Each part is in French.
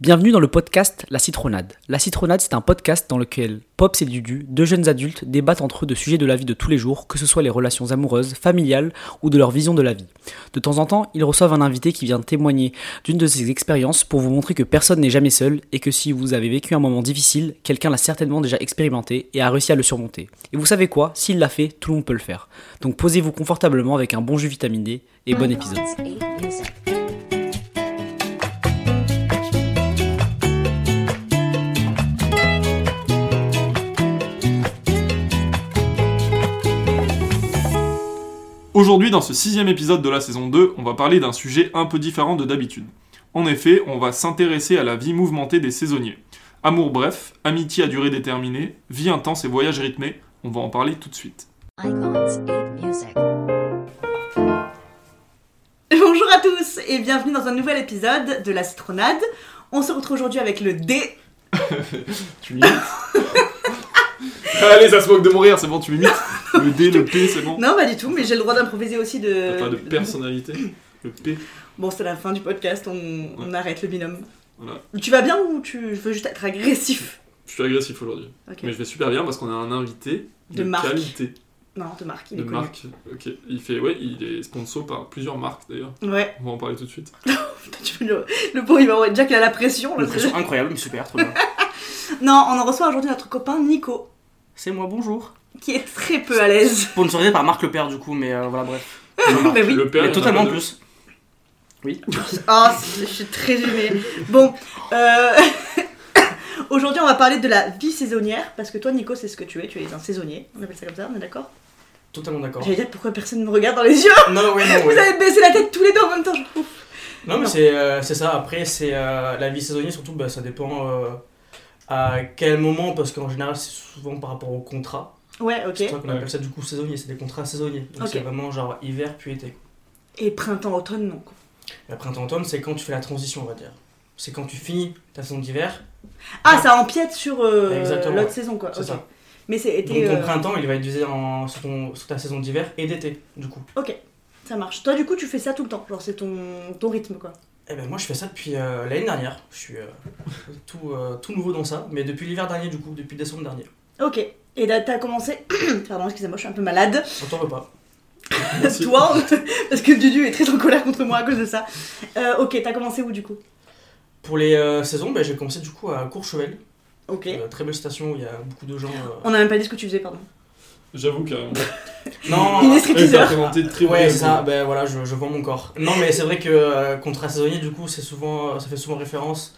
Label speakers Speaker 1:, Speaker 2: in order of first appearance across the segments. Speaker 1: Bienvenue dans le podcast La Citronade. La Citronade, c'est un podcast dans lequel Pops et Dudu, deux jeunes adultes, débattent entre eux de sujets de la vie de tous les jours, que ce soit les relations amoureuses, familiales ou de leur vision de la vie. De temps en temps, ils reçoivent un invité qui vient témoigner d'une de ses expériences pour vous montrer que personne n'est jamais seul et que si vous avez vécu un moment difficile, quelqu'un l'a certainement déjà expérimenté et a réussi à le surmonter. Et vous savez quoi S'il l'a fait, tout le monde peut le faire. Donc posez-vous confortablement avec un bon jus vitaminé et bon épisode.
Speaker 2: Aujourd'hui, dans ce sixième épisode de la saison 2, on va parler d'un sujet un peu différent de d'habitude. En effet, on va s'intéresser à la vie mouvementée des saisonniers. Amour bref, amitié à durée déterminée, vie intense et voyage rythmé, on va en parler tout de suite.
Speaker 3: Icons 8 Music.
Speaker 4: Bonjour à tous et bienvenue dans un nouvel épisode de La Citronade. On se retrouve aujourd'hui avec le D.
Speaker 2: Tu m'imites Allez, ça se moque de mon rire, c'est bon, tu m'imites Le D, le P, c'est bon
Speaker 4: Non, pas du tout, mais j'ai le droit d'improviser aussi de.
Speaker 2: T'as pas de personnalité Le P
Speaker 4: Bon, c'est la fin du podcast, on, on arrête le binôme.
Speaker 2: Voilà.
Speaker 4: Tu vas bien ou tu veux juste être agressif
Speaker 2: Je suis agressif aujourd'hui.
Speaker 4: Ok.
Speaker 2: Mais je vais super bien parce qu'on a un invité
Speaker 4: De marque.
Speaker 2: qualité.
Speaker 4: Non, de marque, il
Speaker 2: De
Speaker 4: est connu.
Speaker 2: marque. Ok. Il fait, ouais, il est sponsor par plusieurs marques d'ailleurs.
Speaker 4: Ouais,
Speaker 2: On va en parler tout de suite.
Speaker 4: putain, tu veux le, le pauvre, il va avoir déjà qu'il a la pression. là.
Speaker 5: Une pression incroyable, super, trop bien.
Speaker 4: Non, on en reçoit aujourd'hui notre copain Nico,
Speaker 5: C'est moi, bonjour.
Speaker 4: qui est très peu à l'aise.
Speaker 5: Sponsorisé par Marc Le Père, du coup, mais euh, voilà, bref.
Speaker 4: Bah oui.
Speaker 2: Le père, il y en a
Speaker 5: mais totalement
Speaker 2: pas de-
Speaker 5: plus.
Speaker 4: Ah, c'est- je suis très gênée. Bon, euh, aujourd'hui on va parler de la vie saisonnière parce que toi Nico c'est ce que tu es, tu es un saisonnier, on appelle ça comme ça, on est d'accord
Speaker 5: Totalement d'accord.
Speaker 4: J'allais dire pourquoi personne ne me regarde dans les yeux
Speaker 5: Non, ouais, non,
Speaker 4: Vous
Speaker 5: ouais.
Speaker 4: avez baissé la tête tous les deux en même temps. je- Ouf.
Speaker 5: Non, mais c'est euh, c'est ça. Après, c'est euh, la vie saisonnière, surtout, bah, ça dépend euh, à quel moment, parce qu'en général, c'est souvent par rapport au contrat.
Speaker 4: Ouais, ok.
Speaker 5: C'est pour ça qu'on appelle ça du coup saisonnier, c'est des contrats saisonniers. Donc
Speaker 4: Ok.
Speaker 5: c'est vraiment genre hiver puis été.
Speaker 4: Et printemps, automne, non. quoi.
Speaker 5: La printemps-automne, c'est quand tu fais la transition, on va dire. C'est quand tu finis ta saison d'hiver.
Speaker 4: Ah, ça empiète sur euh,
Speaker 5: Exactement,
Speaker 4: l'autre
Speaker 5: ouais.
Speaker 4: saison quoi.
Speaker 5: C'est
Speaker 4: ok.
Speaker 5: ça.
Speaker 4: Mais c'est
Speaker 5: Donc
Speaker 4: été.
Speaker 5: ton
Speaker 4: euh,
Speaker 5: printemps, il va être divisé en, sur, ton- sur ta saison d'hiver et d'été, du coup.
Speaker 4: Ça marche. Toi du coup tu fais ça tout le temps, genre c'est ton, ton rythme quoi.
Speaker 5: Eh ben moi je fais ça depuis euh, l'année dernière. Je suis euh, tout, euh, tout nouveau dans ça, mais depuis l'hiver dernier du coup, depuis décembre dernier.
Speaker 4: Ok. Et là, t'as commencé. Pardon, excusez-moi, je suis un peu malade.
Speaker 5: On t'en veut pas.
Speaker 2: Merci.
Speaker 4: Toi, parce que Dudu est très en colère contre moi à cause de ça. Euh, ok, t'as commencé où du coup
Speaker 5: Pour les euh, saisons, ben, j'ai commencé du coup à Courchevel,
Speaker 4: Ok.
Speaker 5: euh, très belle station où il y a beaucoup de gens. euh,
Speaker 4: On a même pas dit ce que tu faisais, pardon.
Speaker 2: J'avoue carrément.
Speaker 5: Non,
Speaker 4: Il est
Speaker 2: Elle t'a
Speaker 4: stripteaseur.
Speaker 2: présenté très
Speaker 5: ouais
Speaker 2: brièvement.
Speaker 5: c'est ça. Ben voilà, je, je vends mon corps. Non mais c'est vrai que euh, contrat saisonnier du coup, c'est souvent, euh, ça fait souvent référence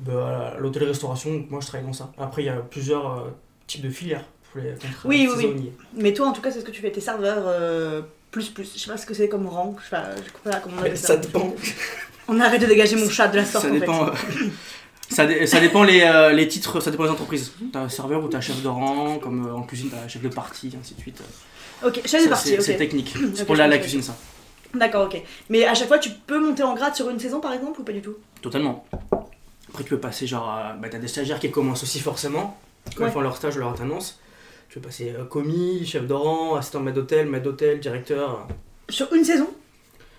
Speaker 5: ben, à l'hôtel-restauration. donc Moi je travaille dans ça. Après il y a plusieurs euh, types de filières pour les contrats
Speaker 4: Oui, oui, oui.
Speaker 5: saisonniers.
Speaker 4: Mais toi, en tout cas, c'est ce que tu fais. T'es serveur euh, plus plus. Je sais pas ce que c'est comme rang. Je sais pas, je sais pas comment on
Speaker 5: Mais
Speaker 4: appelle ça.
Speaker 5: ça dépend.
Speaker 4: On arrête de dégager mon chat de la sorte
Speaker 5: ça
Speaker 4: en
Speaker 5: dépend,
Speaker 4: fait.
Speaker 5: euh, ça, dé- ça dépend les, euh, les titres, ça dépend des entreprises. T'as un serveur ou t'as chef de rang, comme euh, en cuisine t'as chef de partie, ainsi de suite.
Speaker 4: Ok,
Speaker 5: Ça,
Speaker 4: chef de partie.
Speaker 5: c'est c'est
Speaker 4: Ok.
Speaker 5: technique. C'est
Speaker 4: Ok,
Speaker 5: pour
Speaker 4: je
Speaker 5: la, la
Speaker 4: comprends.
Speaker 5: cuisine ça.
Speaker 4: D'accord, ok. Mais à chaque fois, tu peux monter en grade sur une saison par exemple ou pas du tout
Speaker 5: Totalement. Après tu peux passer genre, euh, bah, t'as des stagiaires qui commencent aussi forcément. Quand
Speaker 4: Ouais.
Speaker 5: ils font leur stage, leur alternance. Tu peux passer euh, commis, chef de rang, assistant maître d'hôtel, maître d'hôtel, directeur. euh,
Speaker 4: Sur une saison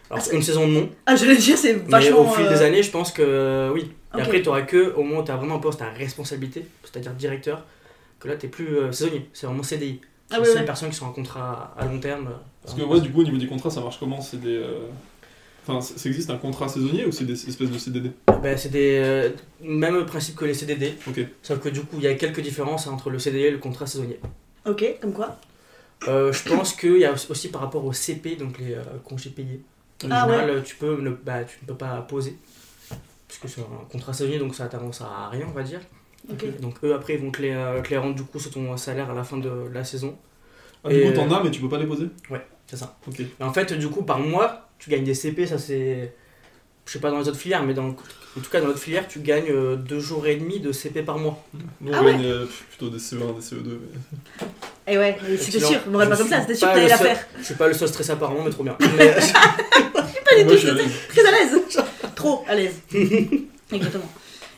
Speaker 5: Alors
Speaker 4: c'est-
Speaker 5: une saison non,
Speaker 4: Ah, j'allais dire, c'est
Speaker 5: mais
Speaker 4: vachement.
Speaker 5: au fil
Speaker 4: euh,
Speaker 5: des années je pense que euh, oui. Et
Speaker 4: Ok.
Speaker 5: après t'auras que au moment où t'as vraiment un poste à responsabilité, c'est-à-dire directeur, que là t'es plus euh, saisonnier, c'est vraiment CDI.
Speaker 4: Ah,
Speaker 5: les
Speaker 4: ouais,
Speaker 5: seules
Speaker 4: ouais.
Speaker 5: personnes qui sont en contrat à long terme. euh,
Speaker 2: Parce que
Speaker 5: euh,
Speaker 2: ouais, du coup, au niveau des contrats, ça marche comment C'est des. euh, Enfin, c- ça existe un contrat saisonnier ou c'est des espèces de CDD
Speaker 5: bah, c'est des euh, même principe que les CDD,
Speaker 2: Ok.
Speaker 5: sauf que du coup il y a quelques différences entre le CDD et le contrat saisonnier.
Speaker 4: Ok, comme quoi
Speaker 5: Euh, je pense qu'il y a aussi aussi par rapport au CP, donc les euh, congés payés. En
Speaker 4: Ah
Speaker 5: général, tu peux ne bah, tu ne peux pas poser parce que c'est un contrat saisonnier, donc ça t'avance à rien, on va dire.
Speaker 4: Ok.
Speaker 5: Donc eux après ils vont te les, euh, te les rendre du coup sur ton salaire à la fin de la saison.
Speaker 2: Ah, du
Speaker 5: Et-
Speaker 2: coup, t'en as, mais tu peux pas les poser
Speaker 5: C'est ça.
Speaker 2: Ok.
Speaker 5: Et en fait, du coup, par mois, tu gagnes des CP, ça c'est. Je sais pas dans les autres filières, mais dans le- en tout cas dans notre filière, tu gagnes euh, deux jours et demi de CP par mois.
Speaker 2: Nous, on
Speaker 4: Ah ouais.
Speaker 2: gagne euh, pff, plutôt des CE1, des CE2. mais-
Speaker 4: Et Eh ouais, mais c'était
Speaker 5: Excellent.
Speaker 4: sûr. On regarde pas
Speaker 5: Je
Speaker 4: comme ça,
Speaker 5: suis
Speaker 4: c'était sûr que
Speaker 5: pas
Speaker 4: t'allais
Speaker 5: le
Speaker 4: la
Speaker 5: seul-
Speaker 4: faire.
Speaker 5: Je suis pas le seul stressé apparemment, mais trop bien. Mais,
Speaker 4: du
Speaker 2: Moi,
Speaker 4: tout,
Speaker 2: je suis à l'aise.
Speaker 4: Très à l'aise Trop à l'aise. Exactement.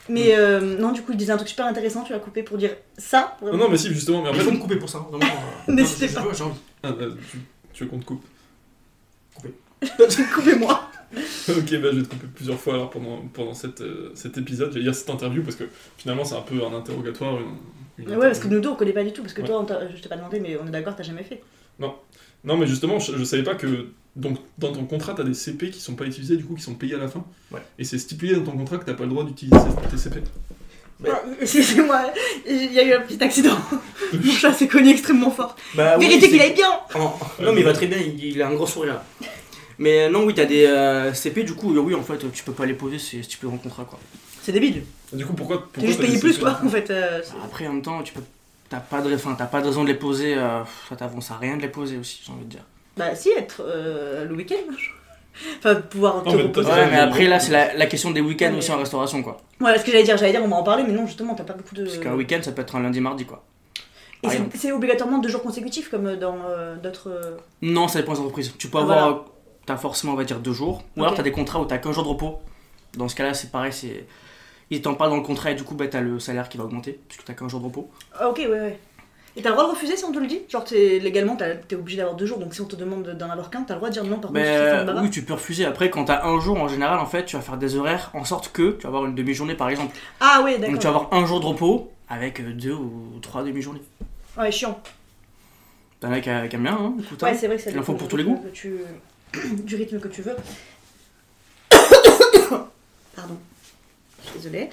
Speaker 4: Mais euh, non, du coup, il disait un truc super intéressant, tu vas couper pour dire ça.
Speaker 2: Non, non, mais si, justement, mais euh, en
Speaker 5: il faut
Speaker 2: fait.
Speaker 5: me couper pour ça, vraiment. euh,
Speaker 4: N'hésitez
Speaker 5: je-
Speaker 4: pas.
Speaker 5: je veux, J'ai envie.
Speaker 2: Ah, bah, tu, tu veux qu'on te coupe
Speaker 4: Coupez-moi.
Speaker 2: Ok, bah, je vais te couper plusieurs fois alors pendant, pendant cette, euh, cet épisode. J'allais dire cette interview parce que finalement, c'est un peu un interrogatoire. Une, une
Speaker 4: Ouais,
Speaker 2: interview.
Speaker 4: parce que nous deux, on connaît pas du tout. Parce que
Speaker 2: Ouais.
Speaker 4: toi, on t'a- je t'ai pas demandé, mais on est d'accord, t'as jamais fait.
Speaker 2: Non, mais justement, je, je savais pas que. Donc, dans ton contrat, t'as des CP qui sont pas utilisés, du coup, qui sont payés à la fin.
Speaker 5: Ouais.
Speaker 2: Et c'est stipulé dans ton contrat que t'as pas le droit d'utiliser tes CP. Bah.
Speaker 5: Ouais.
Speaker 4: Ah, Excusez-moi, il y a eu un petit accident. Mon chat s'est cogné extrêmement fort.
Speaker 2: Ah
Speaker 5: Bah, oui,
Speaker 4: Vérité
Speaker 5: c'est-
Speaker 4: qu'il aille bien
Speaker 5: En- Non, mais il va très bien, il, il a un grand sourire. là. Mais euh, non, oui, t'as des euh, CP, du coup, euh, oui, en fait, tu peux pas les poser, c'est tu peux en contrat, quoi.
Speaker 4: C'est débile.
Speaker 2: Et Du coup, pourquoi. pourquoi
Speaker 4: T'es juste
Speaker 2: t'as des
Speaker 4: payé plus,
Speaker 2: CP?
Speaker 4: quoi, en fait. euh, c'est-
Speaker 5: Après, en même temps, tu peux. T'as pas, de... ra- enfin, t'as pas de raison de les poser, euh, ça t'avance à rien de les poser aussi, j'ai envie de dire.
Speaker 4: Bah, si, être euh, le week-end. je- Enfin, pouvoir te
Speaker 2: Non, mais
Speaker 4: reposer.
Speaker 2: t'as-
Speaker 5: Ouais, mais après, là, c'est la, la question des week-ends aussi en restauration, quoi.
Speaker 4: Voilà ce que j'allais dire, j'allais dire, on va en parler, mais non, justement, t'as pas beaucoup de.
Speaker 5: Parce
Speaker 2: ah
Speaker 5: qu'un week-end, ça peut être un lundi, mardi, quoi.
Speaker 4: Et
Speaker 5: par
Speaker 4: c'est-
Speaker 5: exemple.
Speaker 4: c'est obligatoirement deux jours consécutifs, comme dans euh, d'autres. euh,
Speaker 5: Non, ça dépend des entreprises. Tu peux
Speaker 4: Ah,
Speaker 5: avoir.
Speaker 4: voilà.
Speaker 5: euh, T'as forcément, on va dire, deux jours. Ou
Speaker 4: Ok.
Speaker 5: alors, t'as des contrats où t'as qu'un jour de repos. Dans ce cas-là, c'est pareil, c'est. Ils t'en parlent dans le contrat et du coup, bah, t'as le salaire qui va augmenter, puisque t'as qu'un jour de repos.
Speaker 4: Ah, ok, ouais, ouais. Et t'as le droit de refuser si on te le dit Genre, t'es- légalement, t'as- t'es obligé d'avoir deux jours, donc si on te demande d'en avoir qu'un, t'as le droit de dire non, par contre,
Speaker 5: Mais
Speaker 4: je suis
Speaker 5: euh,
Speaker 4: une baba.
Speaker 5: oui, tu peux refuser. Après, quand t'as un jour, en général, en fait, tu vas faire des horaires en sorte que tu vas avoir une demi-journée, par exemple.
Speaker 4: Ah, ouais,
Speaker 5: Donc tu vas
Speaker 4: d'accord.
Speaker 5: avoir un jour de repos avec euh, deux ou trois demi-journées.
Speaker 4: Ouais, chiant.
Speaker 5: T'en as qui a- qui aiment bien, hein, écoute.
Speaker 4: Ouais,
Speaker 5: hein.
Speaker 4: c'est vrai que ça
Speaker 5: Il en
Speaker 4: dépend
Speaker 5: faut pour tous
Speaker 4: du
Speaker 5: les
Speaker 4: rythme que tu- du rythme que tu veux. Pardon. Désolée.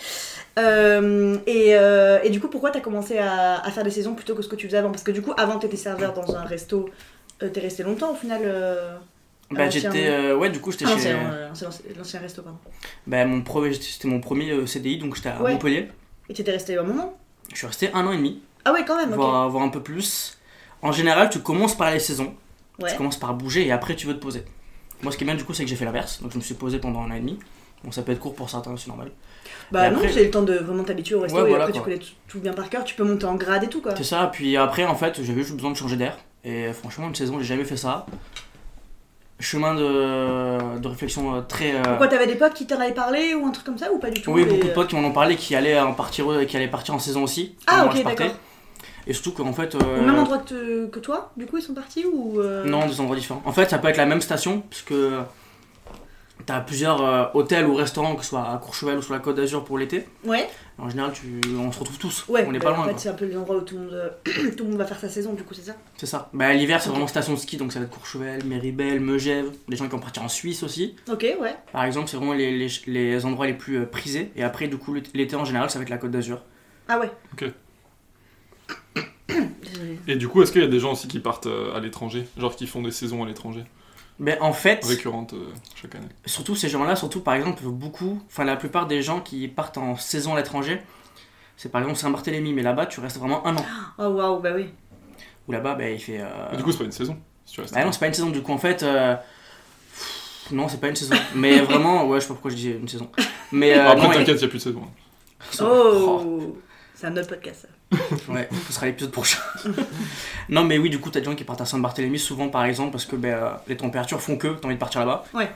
Speaker 4: Euh, et, euh, et du coup, pourquoi t'as commencé à, à faire des saisons plutôt que ce que tu faisais avant Parce que du coup, avant, t'étais serveur dans un resto, euh, t'es resté longtemps au final. euh,
Speaker 5: Bah,
Speaker 4: l'ancien-
Speaker 5: j'étais, euh, ouais, du coup, j'étais
Speaker 4: Ah,
Speaker 5: chez.
Speaker 4: c'est euh, c'est l'ancien- l'ancien resto, pardon.
Speaker 5: Bah, mon premier, c'était mon premier euh, CDI, donc j'étais à
Speaker 4: Ouais.
Speaker 5: Montpellier.
Speaker 4: Et t'étais resté un moment
Speaker 5: Je suis resté un an et demi,
Speaker 4: Ah ouais, quand même, ok.
Speaker 5: voire, voire un peu plus. En général, tu commences par les saisons,
Speaker 4: Ouais.
Speaker 5: tu commences par bouger et après tu veux te poser. Moi, ce qui est bien du coup, c'est que j'ai fait l'inverse, donc je me suis posé pendant un an et demi. Bon, ça peut être court pour certains, c'est normal.
Speaker 4: Bah
Speaker 5: Et
Speaker 4: non,
Speaker 5: après-
Speaker 4: c'est le temps de vraiment t'habituer au resto
Speaker 5: Ouais,
Speaker 4: et
Speaker 5: voilà,
Speaker 4: après tu
Speaker 5: quoi.
Speaker 4: connais tout, tout bien par cœur, tu peux monter en grade et tout quoi.
Speaker 5: C'est ça, puis après en fait j'avais juste besoin de changer d'air. Et franchement une saison j'ai jamais fait ça. Chemin de, de réflexion euh, très... euh,
Speaker 4: Pourquoi t'avais des potes qui t'en avaient parlé ou un truc comme ça ou pas du tout
Speaker 5: oui
Speaker 4: les- euh,
Speaker 5: beaucoup de potes qui m'en ont parlé qui allaient en partir euh, qui allaient partir en saison aussi.
Speaker 4: Ah,
Speaker 5: Moi,
Speaker 4: ok,
Speaker 5: je partais.
Speaker 4: d'accord.
Speaker 5: Et surtout qu'en fait... euh,
Speaker 4: Au même endroit que, te- que toi, du coup ils sont partis ou. euh,
Speaker 5: Non des endroits différents. En fait ça peut être la même station puisque t'as plusieurs euh, hôtels ou restaurants que ce soit à Courchevel ou sur la Côte d'Azur pour l'été.
Speaker 4: Ouais,
Speaker 5: En général tu, on se retrouve tous.
Speaker 4: ouais.
Speaker 5: on n'est
Speaker 4: bah,
Speaker 5: pas loin.
Speaker 4: En fait,
Speaker 5: quoi.
Speaker 4: c'est un peu les endroits où tout le, monde, euh, tout le monde va faire sa saison, du coup, c'est ça
Speaker 5: C'est ça. Bah, l'hiver c'est vraiment station de ski donc ça va être Courchevel, Méribel, Megève. Des gens qui vont partir en Suisse aussi.
Speaker 4: Ok, ouais.
Speaker 5: Par exemple, c'est vraiment les, les, les endroits les plus euh, prisés. Et après, du coup, l'été- l'été en général, ça va être la Côte d'Azur.
Speaker 4: Ah ouais.
Speaker 2: Ok.
Speaker 4: Désolée.
Speaker 2: Et du coup, est-ce qu'il y a des gens aussi qui partent euh, à l'étranger Genre qui font des saisons à l'étranger,
Speaker 5: Mais en fait,
Speaker 2: récurrentes euh, chaque année
Speaker 5: surtout ces gens-là, surtout par exemple, beaucoup, enfin la plupart des gens qui partent en saison à l'étranger, c'est par exemple Saint-Barthélemy. Mais là-bas, tu restes vraiment un an.
Speaker 4: Oh waouh, bah oui.
Speaker 5: Ou là-bas, bah, il fait. euh,
Speaker 2: Mais Du coup, c'est pas une saison. Si tu restes.
Speaker 5: bah non, c'est pas une saison. Du coup, en fait. euh, pff, Non, c'est pas une saison. Mais vraiment, ouais, je sais pas pourquoi je disais une saison. Mais euh,
Speaker 2: Bon, Après,
Speaker 5: non, il-
Speaker 2: t'inquiète, il n'y a plus de saison. hein.
Speaker 5: Oh.
Speaker 4: Oh C'est un autre podcast, ça.
Speaker 5: Ouais, ce sera l'épisode prochain. non, mais oui, du coup, t'as des gens qui partent à Saint-Barthélemy souvent, par exemple, parce que ben, euh, les températures font que t'as envie de partir là-bas.
Speaker 4: Ouais.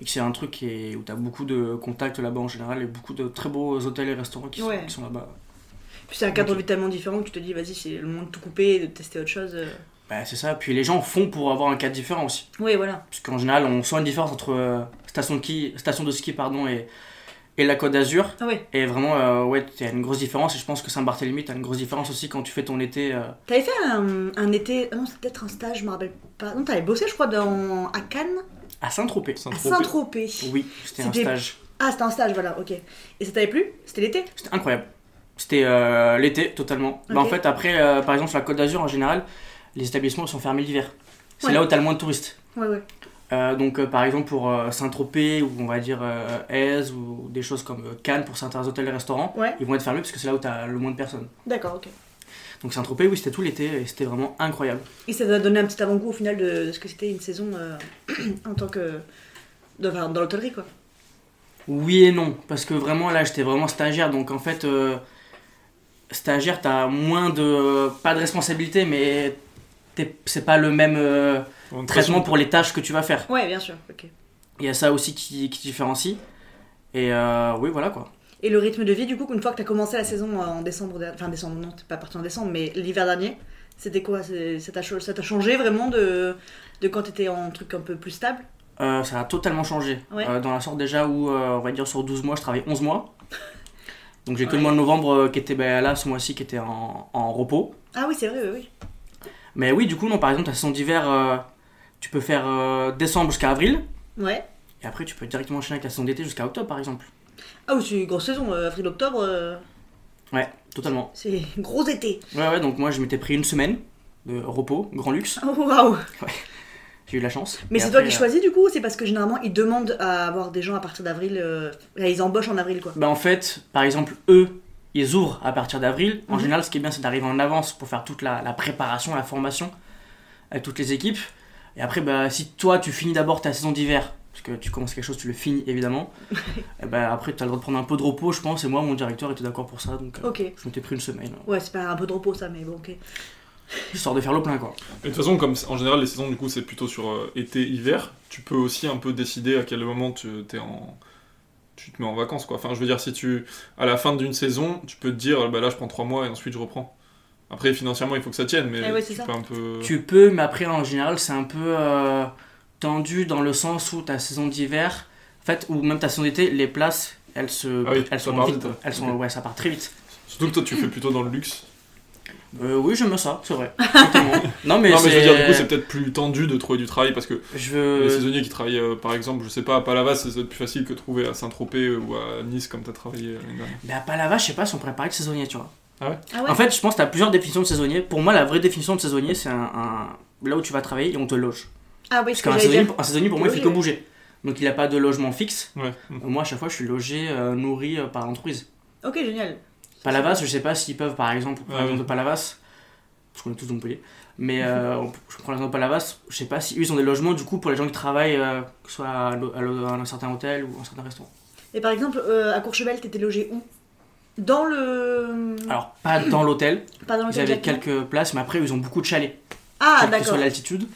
Speaker 5: Et que c'est un truc qui est- où t'as beaucoup de contacts là-bas en général et beaucoup de très beaux hôtels et restaurants qui sont,
Speaker 4: Ouais.
Speaker 5: qui sont là-bas.
Speaker 4: Puis c'est un cadre tellement différent que tu te dis, vas-y, c'est le moment de tout couper et de tester autre chose. euh.
Speaker 5: Bah, c'est ça. Puis les gens font pour avoir un cadre différent aussi.
Speaker 4: Ouais, voilà.
Speaker 5: Parce qu'en général, on sent une différence entre euh, station, de ski, station de ski pardon, et, et la Côte d'Azur.
Speaker 4: Ah ouais.
Speaker 5: Et vraiment, euh, ouais, t'as une grosse différence. Et je pense que Saint-Barthélemy, t'as une grosse différence aussi quand tu fais ton été. euh,
Speaker 4: T'avais fait un, un été, ah non c'était peut-être un stage, je me rappelle pas. Non, t'avais bossé je crois dans, à Cannes,
Speaker 5: à Saint-Tropez.
Speaker 4: à
Speaker 2: Saint-Tropez.
Speaker 4: Saint-Tropez.
Speaker 5: Oui, c'était un
Speaker 4: C'était-
Speaker 5: stage.
Speaker 4: Ah c'était un stage, voilà, ok. Et ça t'avait plu C'était l'été
Speaker 5: C'était incroyable. C'était euh, l'été totalement. Bah, en
Speaker 4: Ok.
Speaker 5: fait, après, euh, par exemple, sur la Côte d'Azur en général, les établissements sont fermés l'hiver. C'est
Speaker 4: Ouais.
Speaker 5: là où t'as le moins de touristes.
Speaker 4: Ouais, ouais.
Speaker 5: Euh, donc, euh, par exemple, pour euh, Saint-Tropez ou on va dire euh, Aise ou des choses comme euh, Cannes pour certains hôtels et restaurants,
Speaker 4: Ouais.
Speaker 5: ils vont être fermés parce que c'est là où t'as le moins de personnes.
Speaker 4: D'accord, ok.
Speaker 5: Donc, Saint-Tropez, oui, c'était tout l'été et c'était vraiment incroyable.
Speaker 4: Et ça t'a donné un petit avant-goût au final de, de ce que c'était une saison euh, en tant que. de- enfin, dans l'hôtellerie quoi.
Speaker 5: Oui et non, parce que vraiment là j'étais vraiment stagiaire, donc en fait, euh, stagiaire t'as moins de. pas de responsabilité, mais t'es- c'est pas le même euh,
Speaker 2: En toute
Speaker 5: traitement
Speaker 2: façon,
Speaker 5: pour les tâches que tu vas faire.
Speaker 4: Ouais, bien sûr, ok.
Speaker 5: Il y a ça aussi qui, qui différencie. Et euh, oui, voilà quoi.
Speaker 4: Et le rythme de vie du coup, une fois que t'as commencé la saison euh, en décembre, der- enfin décembre, non, t'es pas parti en décembre, mais l'hiver dernier, c'était quoi C'est- Ça t'a cho- ça t'a changé vraiment de, de quand t'étais en truc un peu plus stable
Speaker 5: euh, ça a totalement changé.
Speaker 4: Ouais.
Speaker 5: Euh, dans la sorte déjà où, euh, on va dire, sur 12 mois, je travaille 11 mois. Donc j'ai que le mois de novembre euh, qui était bah, là, ce mois-ci, qui était en, en repos.
Speaker 4: Ah oui, c'est vrai, oui, oui.
Speaker 5: Mais oui, du coup, non, par exemple, ta saison d'hiver, euh, tu peux faire euh, décembre jusqu'à avril.
Speaker 4: Ouais.
Speaker 5: Et après, tu peux directement enchaîner avec la saison d'été jusqu'à octobre, par exemple.
Speaker 4: Ah oui, c'est une grosse saison, euh, avril-octobre, euh,
Speaker 5: Ouais, totalement.
Speaker 4: c'est gros été.
Speaker 5: Ouais, ouais, donc moi, je m'étais pris une semaine de repos, grand luxe.
Speaker 4: Oh, Waouh
Speaker 5: J'ai eu la chance.
Speaker 4: Mais
Speaker 5: Et
Speaker 4: c'est toi
Speaker 5: après,
Speaker 4: qui
Speaker 5: euh,
Speaker 4: choisis du coup ou C'est parce que généralement ils demandent à avoir des gens à partir d'avril. euh, là, ils embauchent en avril quoi.
Speaker 5: Bah en fait, par exemple, eux, ils ouvrent à partir d'avril. En
Speaker 4: Mhm.
Speaker 5: général, ce qui est bien, c'est d'arriver en avance pour faire toute la, la préparation, la formation avec toutes les équipes. Et après, bah, si toi, tu finis d'abord ta saison d'hiver, parce que tu commences quelque chose, tu le finis évidemment, et bah, après, tu as le droit de prendre un peu de repos, je pense. Et moi, mon directeur était d'accord pour ça, donc euh,
Speaker 4: Ok.
Speaker 5: je m'étais pris une semaine. euh,
Speaker 4: Ouais, c'est pas un peu de repos ça, mais bon, ok.
Speaker 5: Histoire de faire le plein, quoi.
Speaker 2: Et de toute façon, comme c'est- en général, les saisons, du coup, c'est plutôt sur euh, été-hiver, tu peux aussi un peu décider à quel moment tu, t'es en... tu te mets en vacances, quoi. Enfin, je veux dire, si tu... À la fin d'une saison, tu peux te dire, bah là, je prends trois mois et ensuite je reprends. Après, financièrement, il faut que ça tienne, mais
Speaker 4: Eh ouais, c'est
Speaker 2: tu
Speaker 4: ça.
Speaker 2: peux un peu...
Speaker 5: Tu peux, mais après, en général, c'est un peu euh, tendu dans le sens où ta saison d'hiver, en fait, ou même ta saison d'été, les places, elles se,
Speaker 2: Ah oui,
Speaker 5: elles
Speaker 2: ça
Speaker 5: sont
Speaker 2: part
Speaker 5: vite.
Speaker 2: vite.
Speaker 5: Elles sont,
Speaker 2: Ok.
Speaker 5: ouais, ça part très vite.
Speaker 2: Surtout que toi, tu fais plutôt dans le luxe.
Speaker 5: Euh, oui, j'aime ça, c'est vrai. Exactement. non, mais,
Speaker 2: non, mais je veux dire, du coup, c'est
Speaker 5: c'est.
Speaker 2: peut-être plus tendu de trouver du travail, parce que
Speaker 5: Je
Speaker 2: les
Speaker 5: veux.
Speaker 2: saisonniers qui travaillent, euh, par exemple, je sais pas, à Palavas, c'est peut-être plus facile que de trouver à Saint-Tropez ou à Nice, comme t'as travaillé l'année dernière.
Speaker 5: Mais à Palava, je sais pas, sont préparés de saisonnier, tu vois.
Speaker 4: Ah ouais
Speaker 5: En fait, je pense que t'as plusieurs définitions de saisonnier. Pour moi, la vraie définition de saisonnier, c'est un, un- là où tu vas travailler et on te loge.
Speaker 4: Ah oui,
Speaker 5: Parce
Speaker 4: ce que
Speaker 5: qu'un
Speaker 4: j'allais
Speaker 5: saisonnier,
Speaker 4: dire.
Speaker 5: un saisonnier, pour moi, il fait
Speaker 4: Oui,
Speaker 5: que
Speaker 4: oui.
Speaker 5: bouger. Donc il a pas de logement fixe.
Speaker 2: Ouais. Mm.
Speaker 5: Moi, à chaque fois, je suis logé, euh, nourri euh, par l'entreprise.
Speaker 4: Ok, génial.
Speaker 5: Palavas, je sais pas s'ils peuvent, par exemple, pour
Speaker 2: Ah
Speaker 5: l'exemple
Speaker 2: oui.
Speaker 5: de Palavas, parce qu'on est tous de Montpellier, mais euh, on- je prends l'exemple de Palavas, je sais pas si eux ils ont des logements du coup pour les gens qui travaillent, euh, que ce soit à, l'o- à l'o- à un certain hôtel ou à un certain restaurant.
Speaker 4: Et par exemple, euh, à Courchevel, t'étais logé où Dans le.
Speaker 5: Alors, pas dans l'hôtel,
Speaker 4: pas dans le
Speaker 5: ils avaient quelques places, mais après ils ont beaucoup de chalets,
Speaker 4: Ah
Speaker 5: quelle que
Speaker 4: d'accord.
Speaker 5: soit l'altitude.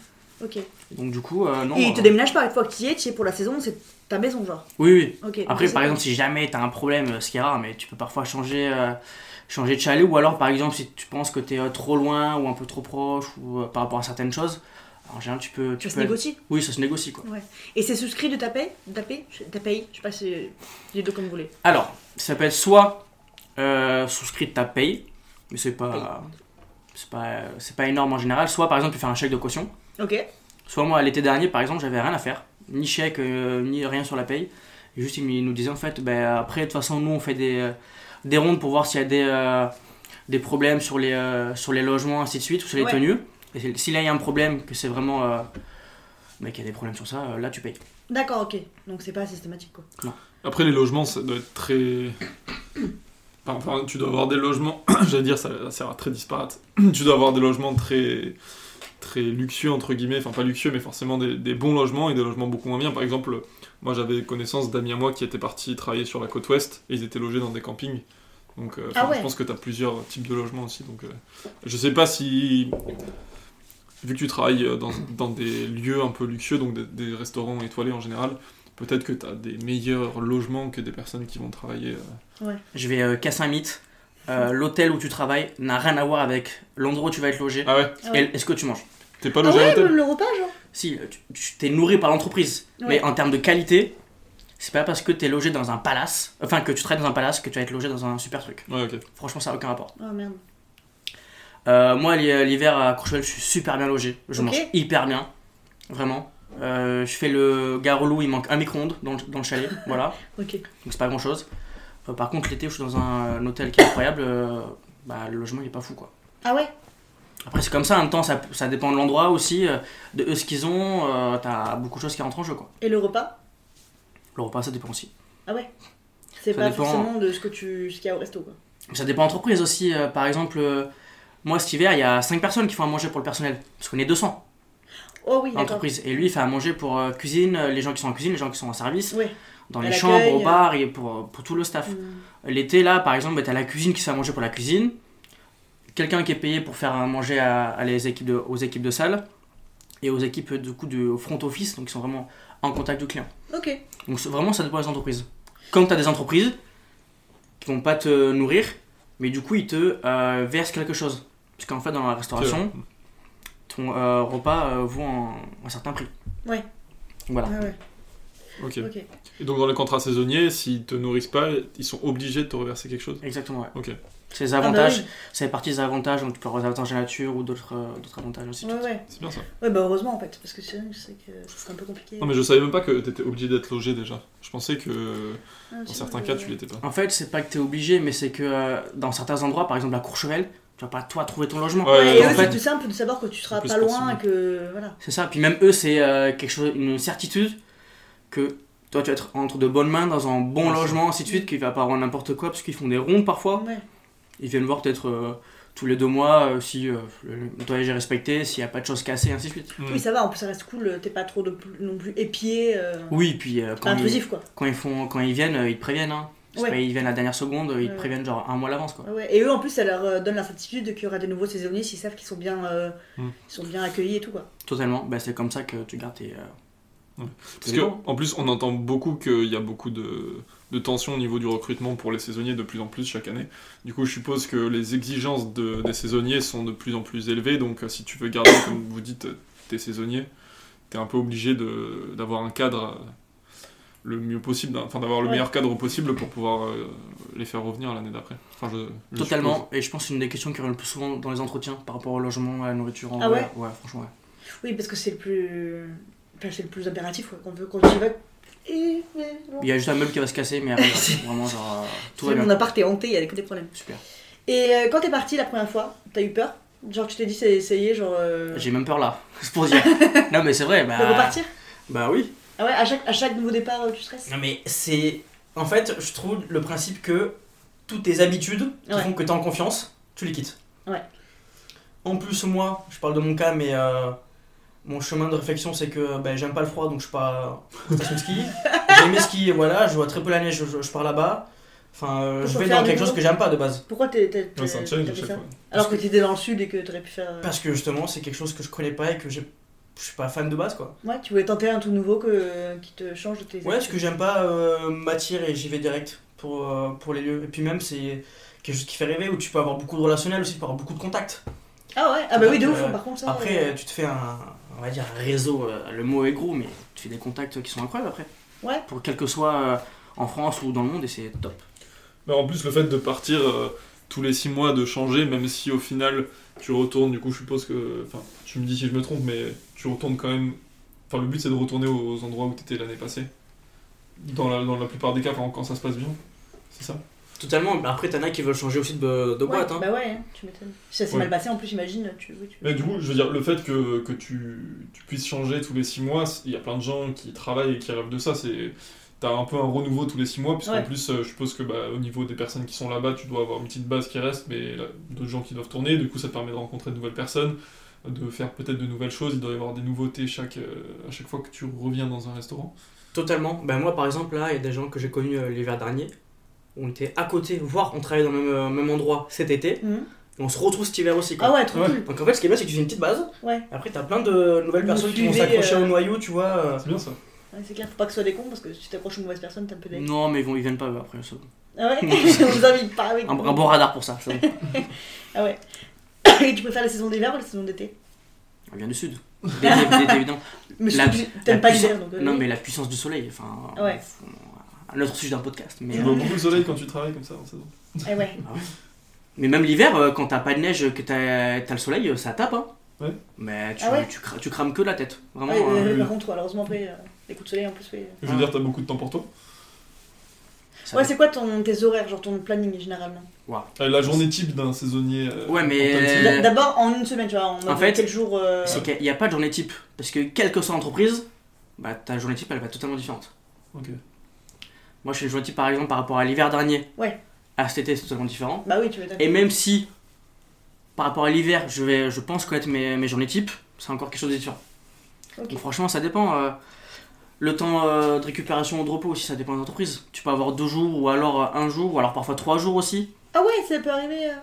Speaker 4: Ok. Et
Speaker 5: Donc, du coup, euh, non.
Speaker 4: ils te
Speaker 5: euh,
Speaker 4: déménagent pas une fois que tu y es, tu y es pour la saison, c'est ta maison genre.
Speaker 5: Oui, oui.
Speaker 4: Ok.
Speaker 5: Après,
Speaker 4: C'est
Speaker 5: par
Speaker 4: cool.
Speaker 5: exemple, si jamais t'as un problème, euh, ce qui est rare, mais tu peux parfois changer, euh, changer de chalet, ou alors par exemple, si tu penses que t'es euh, trop loin ou un peu trop proche ou euh, par rapport à certaines choses, en général, tu peux. Tu
Speaker 4: Tu se
Speaker 5: peux aller-
Speaker 4: négocies.
Speaker 5: Oui, ça se négocie quoi.
Speaker 4: Et c'est souscrit de ta paye Ta paye Je- Ta paye Je sais pas si. Les deux comme vous voulez.
Speaker 5: Alors, ça peut être soit euh, souscrit de ta paye, mais c'est
Speaker 4: Paye.
Speaker 5: pas, c'est pas, euh, c'est pas énorme en général, soit par exemple tu fais un chèque de caution,
Speaker 4: Ok.
Speaker 5: soit moi l'été dernier par exemple j'avais rien à faire, ni chèque, euh, ni rien sur la paye, et juste ils nous disaient en fait, ben, après de toute façon nous on fait des, euh, des rondes pour voir s'il y a des, euh, des problèmes sur les, euh, sur les logements, ainsi de suite, ou sur les
Speaker 4: Ouais.
Speaker 5: tenues, et c'est- si là il y a un problème, que c'est vraiment... euh, mais qu'il y a des problèmes sur ça, euh, là tu payes.
Speaker 4: D'accord, ok. Donc c'est pas systématique quoi.
Speaker 2: Après, les logements, ça doit être très. Enfin, tu dois avoir des logements, j'allais dire, ça, ça a l'air très disparate. tu dois avoir des logements très. très luxueux, entre guillemets. Enfin, pas luxueux, mais forcément des, des bons logements et des logements beaucoup moins bien. Par exemple, moi j'avais connaissance d'amis à moi qui étaient partis travailler sur la côte ouest et ils étaient logés dans des campings. Donc, euh,
Speaker 4: Ah
Speaker 2: enfin, je
Speaker 4: ouais.
Speaker 2: pense que tu as plusieurs types de logements aussi. Donc, euh, je sais pas si. Vu que tu travailles euh, dans, dans des lieux un peu luxueux, donc des, des restaurants étoilés en général, peut-être que tu as des meilleurs logements que des personnes qui vont travailler. euh,
Speaker 5: Je vais euh, casser un mythe. Euh, L'hôtel où tu travailles n'a rien à voir avec l'endroit où tu vas être logé
Speaker 2: Ah ouais,
Speaker 4: Ah
Speaker 5: et
Speaker 4: ouais.
Speaker 5: est-ce que tu manges.
Speaker 2: t'es pas
Speaker 4: Ah
Speaker 2: logé à
Speaker 4: ouais,
Speaker 2: l'hôtel
Speaker 4: même le repas genre
Speaker 5: Si, euh, tu, tu- t'es nourri par l'entreprise,
Speaker 4: Ouais.
Speaker 5: mais en termes de qualité, c'est pas parce que t'es logé dans un palace, enfin que tu travailles dans un palace, que tu vas être logé dans un super truc.
Speaker 2: Ouais, ok.
Speaker 5: Franchement, ça n'a aucun rapport.
Speaker 4: Oh merde.
Speaker 5: Euh, moi, l'hi- l'hiver à Courchevel, je suis super bien logé. Je
Speaker 4: Ok.
Speaker 5: mange hyper bien, vraiment. Euh, je fais le garrelou, il manque un micro-ondes dans, le- dans le chalet, voilà.
Speaker 4: Ok.
Speaker 5: Donc c'est pas grand-chose. Euh, par contre, l'été, où je suis dans un, un hôtel qui est incroyable, euh, bah, le logement, il est pas fou, quoi.
Speaker 4: Ah ouais
Speaker 5: Après, c'est comme ça, en même temps, ça, ça dépend de l'endroit aussi, euh, de eux ce qu'ils ont, euh, t'as beaucoup de choses qui rentrent en jeu, quoi.
Speaker 4: Et le repas
Speaker 5: Le repas, ça dépend aussi.
Speaker 4: Ah ouais C'est
Speaker 5: Ça
Speaker 4: pas
Speaker 5: dépend.
Speaker 4: forcément
Speaker 2: hein.
Speaker 4: de ce que tu ce qu'il y a au resto quoi.
Speaker 5: Mais Ça dépend entreprise aussi, euh, par exemple, euh, moi cet hiver, il y a 5 personnes qui font à manger pour le personnel, parce qu'on est 200
Speaker 4: Oh oui,
Speaker 5: dans
Speaker 4: d'accord.
Speaker 5: l'entreprise, et lui, il fait à manger pour euh, cuisine, euh, les gens qui sont en cuisine, les gens qui sont en service,
Speaker 4: Ouais.
Speaker 5: dans
Speaker 4: À
Speaker 5: les
Speaker 4: l'accueil,
Speaker 5: chambres, au
Speaker 4: euh.
Speaker 5: bar, et pour, euh, pour tout le staff.
Speaker 4: Hmm.
Speaker 5: L'été, là, par exemple, bah, t'as la cuisine qui se fait à manger pour la cuisine, quelqu'un qui est payé pour faire à manger à, à les équipes de- aux équipes de salle, et aux équipes, euh, du coup, du front office, donc qui sont vraiment en contact du client.
Speaker 4: Ok.
Speaker 5: Donc c'est- vraiment, ça dépend des entreprises. Quand tu as des entreprises qui vont pas te nourrir, mais du coup, ils te euh, versent quelque chose. Parce qu'en fait, dans la restauration, ton euh, repas euh, vaut un, un certain prix.
Speaker 4: Ouais.
Speaker 5: Voilà.
Speaker 4: Ah ouais,
Speaker 2: Ok.
Speaker 4: ok.
Speaker 2: Et donc dans les contrats saisonniers, s'ils te nourrissent pas, ils sont obligés de te reverser quelque chose.
Speaker 5: Exactement, ouais.
Speaker 2: Ok.
Speaker 5: C'est les
Speaker 4: bah
Speaker 5: avantages,
Speaker 4: oui.
Speaker 5: ça fait partie des avantages, donc tu peux avoir des avantages de la nature ou d'autres euh, d'autres avantages aussi.
Speaker 4: Ah bah Ouais, ouais.
Speaker 2: C'est bien ça.
Speaker 4: Ouais, bah heureusement en fait, parce que sinon, je sais que ça serait un peu compliqué.
Speaker 2: Non mais je savais même pas que t'étais obligé d'être logé déjà. Je pensais que
Speaker 4: Ah,
Speaker 2: dans
Speaker 4: sinon,
Speaker 2: certains
Speaker 4: je-
Speaker 2: cas tu l'étais pas.
Speaker 5: En fait, c'est pas que t'es obligé, mais c'est que euh, dans certains endroits, par exemple à Courchevel, tu vas pas toi trouver ton logement.
Speaker 2: Ouais,
Speaker 4: Ouais, et
Speaker 5: en
Speaker 4: eux,
Speaker 5: fait-
Speaker 4: c'est plus simple de savoir que tu seras
Speaker 2: plus
Speaker 4: pas loin
Speaker 2: facile.
Speaker 4: et que. Voilà.
Speaker 5: C'est ça, puis même eux, c'est euh, quelque chose, une certitude que toi tu vas être entre de bonnes mains, dans un bon
Speaker 2: Ouais, ça.
Speaker 5: logement, ainsi de suite, qu'il va pas avoir n'importe quoi, parce qu'ils font des rondes
Speaker 2: Oh.
Speaker 5: parfois.
Speaker 4: Ouais.
Speaker 5: Ils viennent voir peut-être euh, tous les deux mois euh, si euh, le nettoyage est respecté, s'il n'y a pas de choses cassées, ainsi de suite.
Speaker 2: Hmm.
Speaker 4: Oui, ça va, en plus ça reste cool, t'es pas trop de plus- non plus épié. euh,
Speaker 5: Oui, puis euh,
Speaker 4: pas
Speaker 5: quand, ils,
Speaker 4: intrusif quoi.
Speaker 5: quand ils font, quand ils viennent, euh, ils te préviennent. Hein. C'est
Speaker 4: Ouais.
Speaker 5: pas ils viennent la dernière seconde, euh, ils te
Speaker 4: Ouais.
Speaker 5: préviennent genre un mois à l'avance quoi.
Speaker 4: Ouais, ouais. Et eux en plus ça leur euh, donne la certitude qu'il y aura des nouveaux saisonniers s'ils savent qu'ils sont bien euh,
Speaker 2: Mm.
Speaker 4: ils sont bien accueillis et tout quoi.
Speaker 5: Totalement, bah, c'est comme ça que tu gardes tes. euh,
Speaker 2: Ouais.
Speaker 5: tes
Speaker 2: Parce que,
Speaker 5: éléments.
Speaker 2: en plus, on entend beaucoup qu'il y a beaucoup de, de tensions au niveau du recrutement pour les saisonniers de plus en plus chaque année. Du coup, je suppose que les exigences de- des saisonniers sont de plus en plus élevées. Donc, euh, si tu veux garder, comme vous dites, euh, tes saisonniers, t'es un peu obligé de- d'avoir un cadre euh, le mieux possible, enfin d'avoir le
Speaker 4: Ouais.
Speaker 2: meilleur cadre possible pour pouvoir euh, les faire revenir l'année d'après. Enfin, je- je
Speaker 5: Totalement,
Speaker 2: suppose.
Speaker 5: et je pense que c'est une des questions qui revient le plus souvent dans les entretiens par rapport au logement, à la nourriture en
Speaker 4: Ah
Speaker 5: vrai. Ouais, franchement, ouais.
Speaker 4: Oui parce que c'est le plus enfin, c'est le plus impératif quoi. Quand, quand tu y vas et mais bon.
Speaker 5: Il y a juste un meuble qui va se casser, mais après, c'est vraiment genre. euh, tout va
Speaker 4: mon
Speaker 5: bien.
Speaker 4: appart est hanté, il y a que des problèmes.
Speaker 5: Super.
Speaker 4: Et euh, quand t'es parti la première fois, t'as eu peur Genre tu t'es dit c'est essayé genre euh,
Speaker 5: J'ai même peur là, c'est pour dire. non, mais c'est vrai,
Speaker 4: de
Speaker 5: bah.
Speaker 4: repartir
Speaker 5: Bah oui.
Speaker 4: Ah ouais, à chaque, à chaque nouveau départ euh, tu stresses
Speaker 6: Non mais c'est... En fait, je trouve le principe que toutes tes habitudes qui
Speaker 4: Ouais.
Speaker 6: font que t'es en confiance, tu les quittes.
Speaker 4: Ouais.
Speaker 6: En plus, moi, je parle de mon cas, mais euh, mon chemin de réflexion, c'est que ben, j'aime pas le froid, donc je suis pas en station de ski. J'aime les skis, voilà, je vois très peu la neige, je, je- je pars là-bas. Enfin, euh, je
Speaker 4: Faut
Speaker 6: vais
Speaker 4: faire
Speaker 6: dans
Speaker 4: du
Speaker 6: quelque chose
Speaker 4: boulot.
Speaker 6: que j'aime pas de base.
Speaker 4: Pourquoi t'es t'es-
Speaker 2: Ouais, c'est un
Speaker 4: t'es-
Speaker 2: challenge à
Speaker 4: t'as fait
Speaker 2: chaque
Speaker 4: ça
Speaker 2: fois.
Speaker 4: Alors que t'étais dans le sud et que t'aurais pu faire. euh,
Speaker 6: Parce que justement, c'est quelque chose que je connais pas et que j'ai- je suis pas fan de base, quoi.
Speaker 4: Ouais, tu voulais tenter un tout nouveau que, qui te change de tes.
Speaker 6: Ouais, parce que j'aime pas euh, m'attirer et j'y vais direct pour, euh, pour les lieux. Et puis même, c'est quelque chose qui fait rêver où tu peux avoir beaucoup de relationnel aussi, tu peux avoir beaucoup de contacts.
Speaker 4: Ah ouais, ah bah oui, de
Speaker 6: Donc,
Speaker 4: ouf,
Speaker 6: euh,
Speaker 4: par contre ça.
Speaker 6: Après,
Speaker 4: euh,
Speaker 6: euh, tu te fais un, on va dire, un réseau.
Speaker 5: Réseau, euh, le mot est gros, mais tu fais des contacts qui sont incroyables après.
Speaker 4: Ouais.
Speaker 5: Pour quel que soit euh, en France ou dans le monde, et c'est top.
Speaker 2: Mais en plus, le fait de partir euh, tous les six mois, de changer, même si au final tu retournes, du coup, je suppose que. Enfin, tu me dis si je me trompe, mais tu retournes quand même. Enfin, le but c'est de retourner aux endroits où t'étais l'année passée. Dans la, dans la plupart des cas, quand, quand ça se passe bien. C'est ça
Speaker 6: Totalement, mais après, t'en as qui veulent changer aussi de, de
Speaker 4: ouais,
Speaker 6: boîte. hein.
Speaker 4: Bah ouais, hein, tu m'étonnes. Si ça s'est
Speaker 2: Ouais. Euh,
Speaker 4: mal passé en plus, j'imagine. Tu, oui, tu...
Speaker 2: Mais du coup, je veux dire, le fait que, que tu, tu puisses changer tous les six mois, c'est- il y a plein de gens qui travaillent et qui rêvent de ça. C'est. T'as un peu un renouveau tous les six mois, puisqu'en
Speaker 4: Ouais.
Speaker 2: plus, euh, je suppose que bah, au niveau des personnes qui sont là-bas, tu dois avoir une petite base qui reste, mais là, d'autres gens qui doivent tourner. Du coup, ça te permet de rencontrer de nouvelles personnes, de faire peut-être de nouvelles choses. Il doit y avoir des nouveautés chaque, euh, à chaque fois que tu reviens dans un restaurant.
Speaker 6: Totalement. Ben moi, par exemple, là, il y a des gens que j'ai connus euh, l'hiver dernier. On était à côté, voire on travaillait dans le même, euh, même endroit cet été. Et
Speaker 4: Mhm.
Speaker 6: on se retrouve cet hiver aussi, quoi.
Speaker 4: Ah ouais, trop
Speaker 2: Ouais.
Speaker 4: cool.
Speaker 6: Donc en fait, ce qui est bien, c'est que tu fais une petite base.
Speaker 4: Ouais.
Speaker 6: Après, t'as plein de nouvelles
Speaker 4: Vous
Speaker 6: personnes qui vont
Speaker 4: suivez,
Speaker 6: s'accrocher
Speaker 4: euh,
Speaker 6: au noyau, tu vois. euh,
Speaker 2: C'est bien ça.
Speaker 4: Ouais, c'est clair, faut pas que ce soit des cons parce que si tu t'accroches aux mauvaises personnes, t'as un peu des.
Speaker 5: Non, mais ils, vont, ils viennent pas eux, après. c'est bon.
Speaker 4: Ah ouais Je vous invite pas avec.
Speaker 5: Un,
Speaker 4: nous.
Speaker 5: un bon radar pour ça, c'est bon.
Speaker 4: Ah ouais. Et tu préfères la saison d'hiver ou la saison d'été
Speaker 5: On vient du sud. Dès- dès- dès- dès- évidemment.
Speaker 4: Mais
Speaker 5: La-
Speaker 4: surtout, t'aimes pas
Speaker 5: puissance-
Speaker 4: l'hiver donc. euh,
Speaker 5: Non,
Speaker 4: oui.
Speaker 5: mais la puissance du soleil, enfin.
Speaker 4: Ouais.
Speaker 5: on- Un autre sujet d'un podcast, mais. euh,
Speaker 2: Tu vois beaucoup le soleil quand tu travailles comme ça en saison.
Speaker 4: Ah ouais.
Speaker 5: Mais même l'hiver, euh, quand t'as pas de neige, que t'as t'as le soleil, euh, ça tape, hein.
Speaker 2: Ouais.
Speaker 5: Mais tu,
Speaker 4: Ah ouais
Speaker 5: tu, cra- tu crames que la tête, vraiment.
Speaker 4: Ah oui,
Speaker 5: euh,
Speaker 4: oui, oui, par contre, malheureusement, après, euh, les coups de soleil en plus, oui.
Speaker 5: Ah.
Speaker 2: Je veux dire, t'as beaucoup de temps pour toi.
Speaker 5: ça-
Speaker 4: Ouais, c'est quoi ton, tes horaires, genre ton planning généralement
Speaker 2: Euh, La journée type d'un saisonnier. euh,
Speaker 5: Ouais, mais-
Speaker 2: en Tahiti.
Speaker 5: Euh,
Speaker 4: D'abord en une semaine, tu vois, en,
Speaker 5: en
Speaker 4: mode
Speaker 5: fait,
Speaker 4: quel jour. euh,
Speaker 5: c'est qu'il n'y a pas de journée type. Parce que quelle que soit l'entreprise, bah, ta journée type, elle va être totalement différente.
Speaker 2: Ok.
Speaker 5: Moi, je fais une journée type, par exemple, par rapport à l'hiver dernier.
Speaker 4: Ouais.
Speaker 5: À cet été, c'est totalement différent.
Speaker 4: Bah oui, tu m'étonnes.
Speaker 5: Et même si, par rapport à l'hiver, je, vais, je pense connaître mes, mes journées types, c'est encore quelque chose de différent.
Speaker 4: Ok.
Speaker 5: Donc franchement, ça dépend. euh, le temps euh, de récupération ou de repos aussi, ça dépend des entreprises. Tu peux avoir deux jours ou alors euh, un jour ou alors parfois trois jours aussi.
Speaker 4: Ah ouais, ça peut arriver. euh.
Speaker 5: Moi,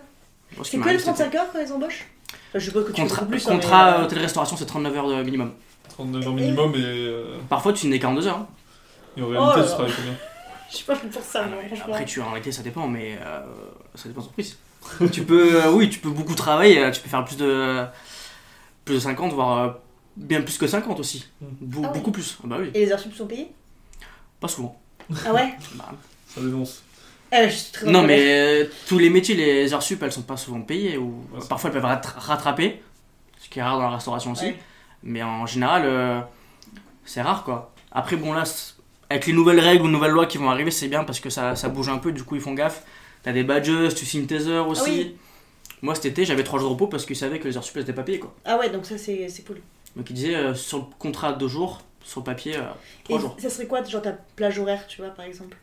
Speaker 5: ce qui
Speaker 4: C'est que
Speaker 5: m'arrive,
Speaker 4: les 35 heures quand ils embauchent Enfin, Je suppose que tu
Speaker 5: Contra-
Speaker 4: fais plus. hein, mais,
Speaker 5: contrat
Speaker 4: euh,
Speaker 5: hôtel-restauration, c'est 39 heures de minimum.
Speaker 2: 39 heures minimum et, euh,
Speaker 5: Parfois, tu n'es 42 heures. hein.
Speaker 2: et en
Speaker 4: Oh
Speaker 2: réalité, tu
Speaker 4: là là.
Speaker 2: travailles combien
Speaker 4: Je suis pas faite pour ça, moi,
Speaker 5: Mais
Speaker 4: Ah, franchement.
Speaker 5: Après, tu en réalité, ça dépend, mais euh, ça dépend de l'entreprise. tu peux, euh, oui, tu peux beaucoup travailler, euh, tu peux faire plus de plus de 50, voire euh, bien plus que 50 aussi.
Speaker 7: Mm.
Speaker 5: Be-
Speaker 4: Ah oui.
Speaker 5: Beaucoup plus. Ah Bah oui,
Speaker 4: Et les heures sup sont payées
Speaker 5: pas souvent.
Speaker 4: Ah ouais
Speaker 5: Bah,
Speaker 2: Ça dénonce.
Speaker 4: Euh, Je suis très en
Speaker 5: non,
Speaker 4: colère.
Speaker 5: mais euh, tous les métiers, les heures sup, elles sont pas souvent payées. Ou
Speaker 2: Ouais, c'est-
Speaker 5: parfois, elles peuvent rattra- rattraper, ce qui est rare dans la restauration aussi.
Speaker 4: Ouais.
Speaker 5: Mais en général, euh, c'est rare quoi. Après, bon, là, c- avec les nouvelles règles ou nouvelles lois qui vont arriver, c'est bien parce que ça, ça bouge un peu, du coup, ils font gaffe. T'as des badges, tu signes tes heures aussi.
Speaker 4: Ah oui.
Speaker 5: Moi, cet été, j'avais 3 jours de repos parce qu'ils savaient que les heures sup, elles étaient pas payées quoi.
Speaker 4: Ah ouais, donc ça c'est c'est cool.
Speaker 5: Donc, ils disaient euh, sur le contrat 2 jours, sur le papier, euh, 3
Speaker 4: Et
Speaker 5: jours.
Speaker 4: ça serait quoi, genre ta plage horaire, tu vois, par exemple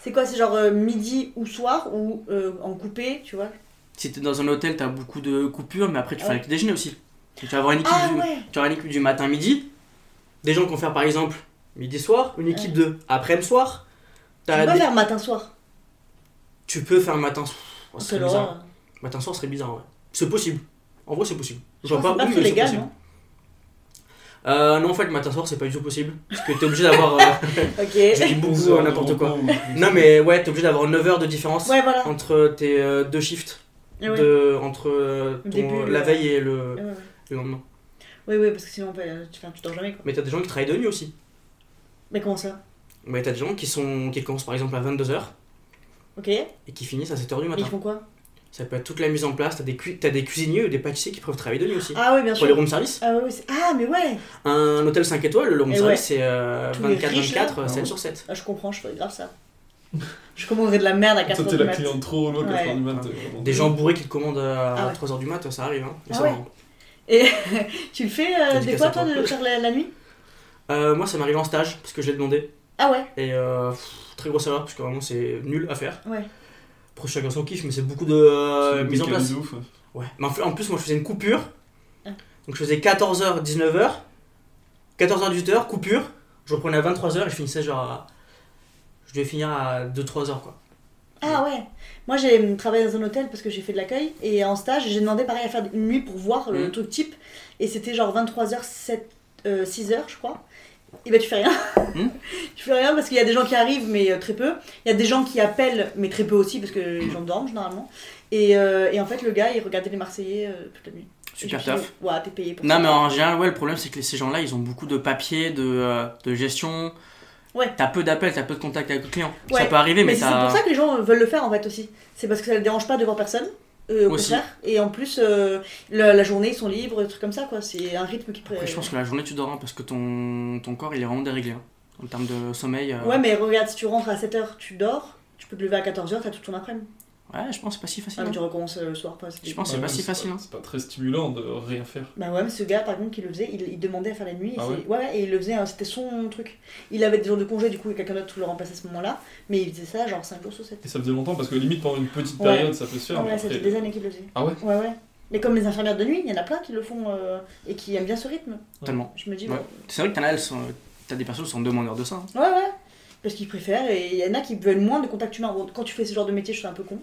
Speaker 4: C'est quoi C'est genre euh, midi ou soir ou euh, en coupé, tu vois
Speaker 5: Si t'es dans un hôtel, t'as beaucoup de coupures, mais après, tu
Speaker 4: Ah
Speaker 5: fais
Speaker 4: ouais.
Speaker 5: le déjeuner aussi. Donc, tu vas avoir une équipe
Speaker 4: Ah
Speaker 5: du-
Speaker 4: ouais
Speaker 5: Tu auras une équipe du matin midi, des gens qui vont faire par exemple midi soir, une équipe de après-midi soir.
Speaker 4: Tu
Speaker 5: T'as
Speaker 4: peux
Speaker 5: des-
Speaker 4: faire matin-soir.
Speaker 5: Tu peux faire matin soir. Oh, ce serait
Speaker 4: Quelle
Speaker 5: Oh, bizarre.
Speaker 4: horreur.
Speaker 5: Matin soir serait bizarre, ouais. C'est possible. En vrai, c'est possible. Je
Speaker 4: Je
Speaker 5: vois
Speaker 4: pense
Speaker 5: pas
Speaker 4: pas
Speaker 5: où,
Speaker 4: que
Speaker 5: mais
Speaker 4: c'est
Speaker 5: c'est
Speaker 4: légal,
Speaker 5: possible.
Speaker 4: non
Speaker 5: Euh, non, en fait, matin soir, c'est pas du tout possible. Parce que t'es obligé d'avoir. euh,
Speaker 4: Ok.
Speaker 5: je dis beaucoup, euh, n'importe quoi. Non, mais ouais, t'es obligé d'avoir 9 heures de différence
Speaker 4: Ouais, voilà.
Speaker 5: entre tes euh, deux shifts.
Speaker 4: Ouais, ouais.
Speaker 5: De, entre euh, ton-
Speaker 4: Début,
Speaker 5: la
Speaker 4: euh,
Speaker 5: veille et le,
Speaker 4: Ouais, ouais.
Speaker 5: le lendemain.
Speaker 4: Oui, oui, parce que sinon, on peut- euh, tu, enfin, tu dors jamais, quoi.
Speaker 5: Mais t'as des gens qui travaillent de nuit aussi.
Speaker 4: Mais comment ça
Speaker 5: Mais t'as des gens qui, sont, qui commencent par exemple à 22h
Speaker 4: Ok. Mais
Speaker 5: et qui finissent à 7h du matin.
Speaker 4: ils font quoi
Speaker 5: Ça peut être toute la mise en place. T'as des, cu- t'as des cuisiniers ou des pâtissiers qui peuvent travailler de nuit aussi.
Speaker 4: Ah ouais, bien
Speaker 5: Pour les
Speaker 4: sûr.
Speaker 5: room service,
Speaker 4: Ah ouais, ouais, c'est- ah, mais ouais
Speaker 5: un hôtel 5 étoiles, le room
Speaker 4: Et
Speaker 5: service
Speaker 4: ouais.
Speaker 5: c'est euh,
Speaker 4: Tous les riches, là.
Speaker 5: 24-24, euh,
Speaker 2: Ah
Speaker 5: 7
Speaker 2: ouais.
Speaker 5: sur 7.
Speaker 4: Ah, Je comprends, je ferais grave ça. Je commanderais de la merde à 4
Speaker 2: Toi,
Speaker 4: heures
Speaker 2: t'es
Speaker 4: du
Speaker 2: la
Speaker 4: mat.
Speaker 2: cliente trop loin, 4 heures du mat. euh,
Speaker 5: Des gens bourrés qui te commandent à
Speaker 4: Ah ouais.
Speaker 5: 3h du mat, ça arrive. Hein.
Speaker 4: Ah
Speaker 5: Ça
Speaker 4: ouais.
Speaker 5: m'arrive.
Speaker 4: Tu le fais euh, des
Speaker 5: Dédicace
Speaker 4: fois,
Speaker 5: à
Speaker 4: toi,
Speaker 5: toi.
Speaker 4: de faire la, la nuit
Speaker 5: Euh, moi ça m'arrive en stage parce que je l'ai demandé.
Speaker 4: Ah ouais
Speaker 5: Et euh, pff, très grosse erreur parce que vraiment c'est nul à faire.
Speaker 4: Ouais.
Speaker 5: Après chacun son kiff, mais c'est beaucoup de euh,
Speaker 2: c'est une
Speaker 5: mise en
Speaker 2: mécanique
Speaker 5: place.
Speaker 2: de ouf, ouais.
Speaker 5: Ouais. Mais en fait- en plus, moi je faisais une coupure.
Speaker 4: Ah.
Speaker 5: Donc je faisais 14h, 19h. 14h, 18h, coupure. Je reprenais à 23h et je finissais genre à- Je devais finir à 2-3h quoi.
Speaker 4: Ah ouais Moi j'ai hum, travaillé dans un hôtel parce que j'ai fait de l'accueil et en stage j'ai demandé pareil à faire une nuit pour voir le
Speaker 5: Mhm.
Speaker 4: truc type et c'était genre 23h, 7, euh, 6h je crois. Et ben tu fais rien.
Speaker 5: Mhm.
Speaker 4: tu fais rien parce qu'il y a des gens qui arrivent mais euh, très peu. Il y a des gens qui appellent mais très peu aussi parce que les gens dorment généralement. Et, euh, et en fait le gars il regardait les Marseillais euh, toute la nuit.
Speaker 5: Super
Speaker 4: Et puis,
Speaker 5: taf.
Speaker 4: euh, Ouais t'es payé pour
Speaker 5: Non,
Speaker 4: ça.
Speaker 5: mais en général, ouais, le problème c'est que ces gens-là, ils ont beaucoup de papiers, de, euh, de gestion.
Speaker 4: Ouais.
Speaker 5: T'as peu d'appels, t'as peu de contacts avec le client. Ça
Speaker 4: Ouais.
Speaker 5: peut arriver, mais,
Speaker 4: Mais c'est
Speaker 5: t'as-
Speaker 4: pour ça que les gens veulent le faire en fait aussi. C'est parce que ça ne dérange pas devant personne. euh, au
Speaker 5: Aussi.
Speaker 4: contraire. Et en plus, euh, la, la journée, ils sont libres, des trucs comme ça, quoi. C'est un rythme qui pré...
Speaker 5: Après, je pense que la journée, tu dors hein, parce que ton, ton corps, il est vraiment déréglé. hein. En termes de sommeil. euh,
Speaker 4: Ouais, mais regarde, si tu rentres à 7h, tu dors, tu peux te lever à 14h, t'as toute ton après-midi.
Speaker 5: ouais, je pense que c'est pas si facile.
Speaker 4: Ah, mais
Speaker 5: hein.
Speaker 4: tu recommences euh, le soir, quoi. c'est-
Speaker 5: Je pense que
Speaker 2: Ouais,
Speaker 5: c'est pas
Speaker 2: même,
Speaker 5: si facile. hein.
Speaker 2: C'est pas très stimulant de rien faire.
Speaker 4: Bah ouais, mais ce gars, par contre, qui le faisait, il, il demandait à faire la nuit. Et
Speaker 2: Ah
Speaker 4: c'est- ouais, ouais, et il le faisait, hein, c'était son truc. Il avait des jours de congé, du coup, et quelqu'un d'autre le remplaçait à ce moment-là. Mais il faisait ça, genre 5 jours sur 7.
Speaker 2: Et ça faisait longtemps parce que limite pendant une petite
Speaker 4: Ouais. Ah
Speaker 2: période ça peut se faire.
Speaker 4: ouais,
Speaker 2: mais
Speaker 4: ça
Speaker 2: après-
Speaker 4: fait
Speaker 5: euh,
Speaker 4: des années qu'il le faisait.
Speaker 2: Ah ouais
Speaker 4: Ouais, ouais. Mais comme les infirmières de nuit, il y en a plein qui le font euh, et qui aiment bien ce rythme.
Speaker 5: Totalement.
Speaker 4: Je me dis,
Speaker 5: Ouais.
Speaker 4: bah,
Speaker 5: C'est vrai que t'en as, elles sont- t'as des personnes qui sont demandeurs de ça. hein.
Speaker 4: Ouais, ouais. Parce qu'ils préfèrent, et il y en a qui veulent moins de contact humain. Bon, Quand tu fais ce genre de métier, je suis un peu con.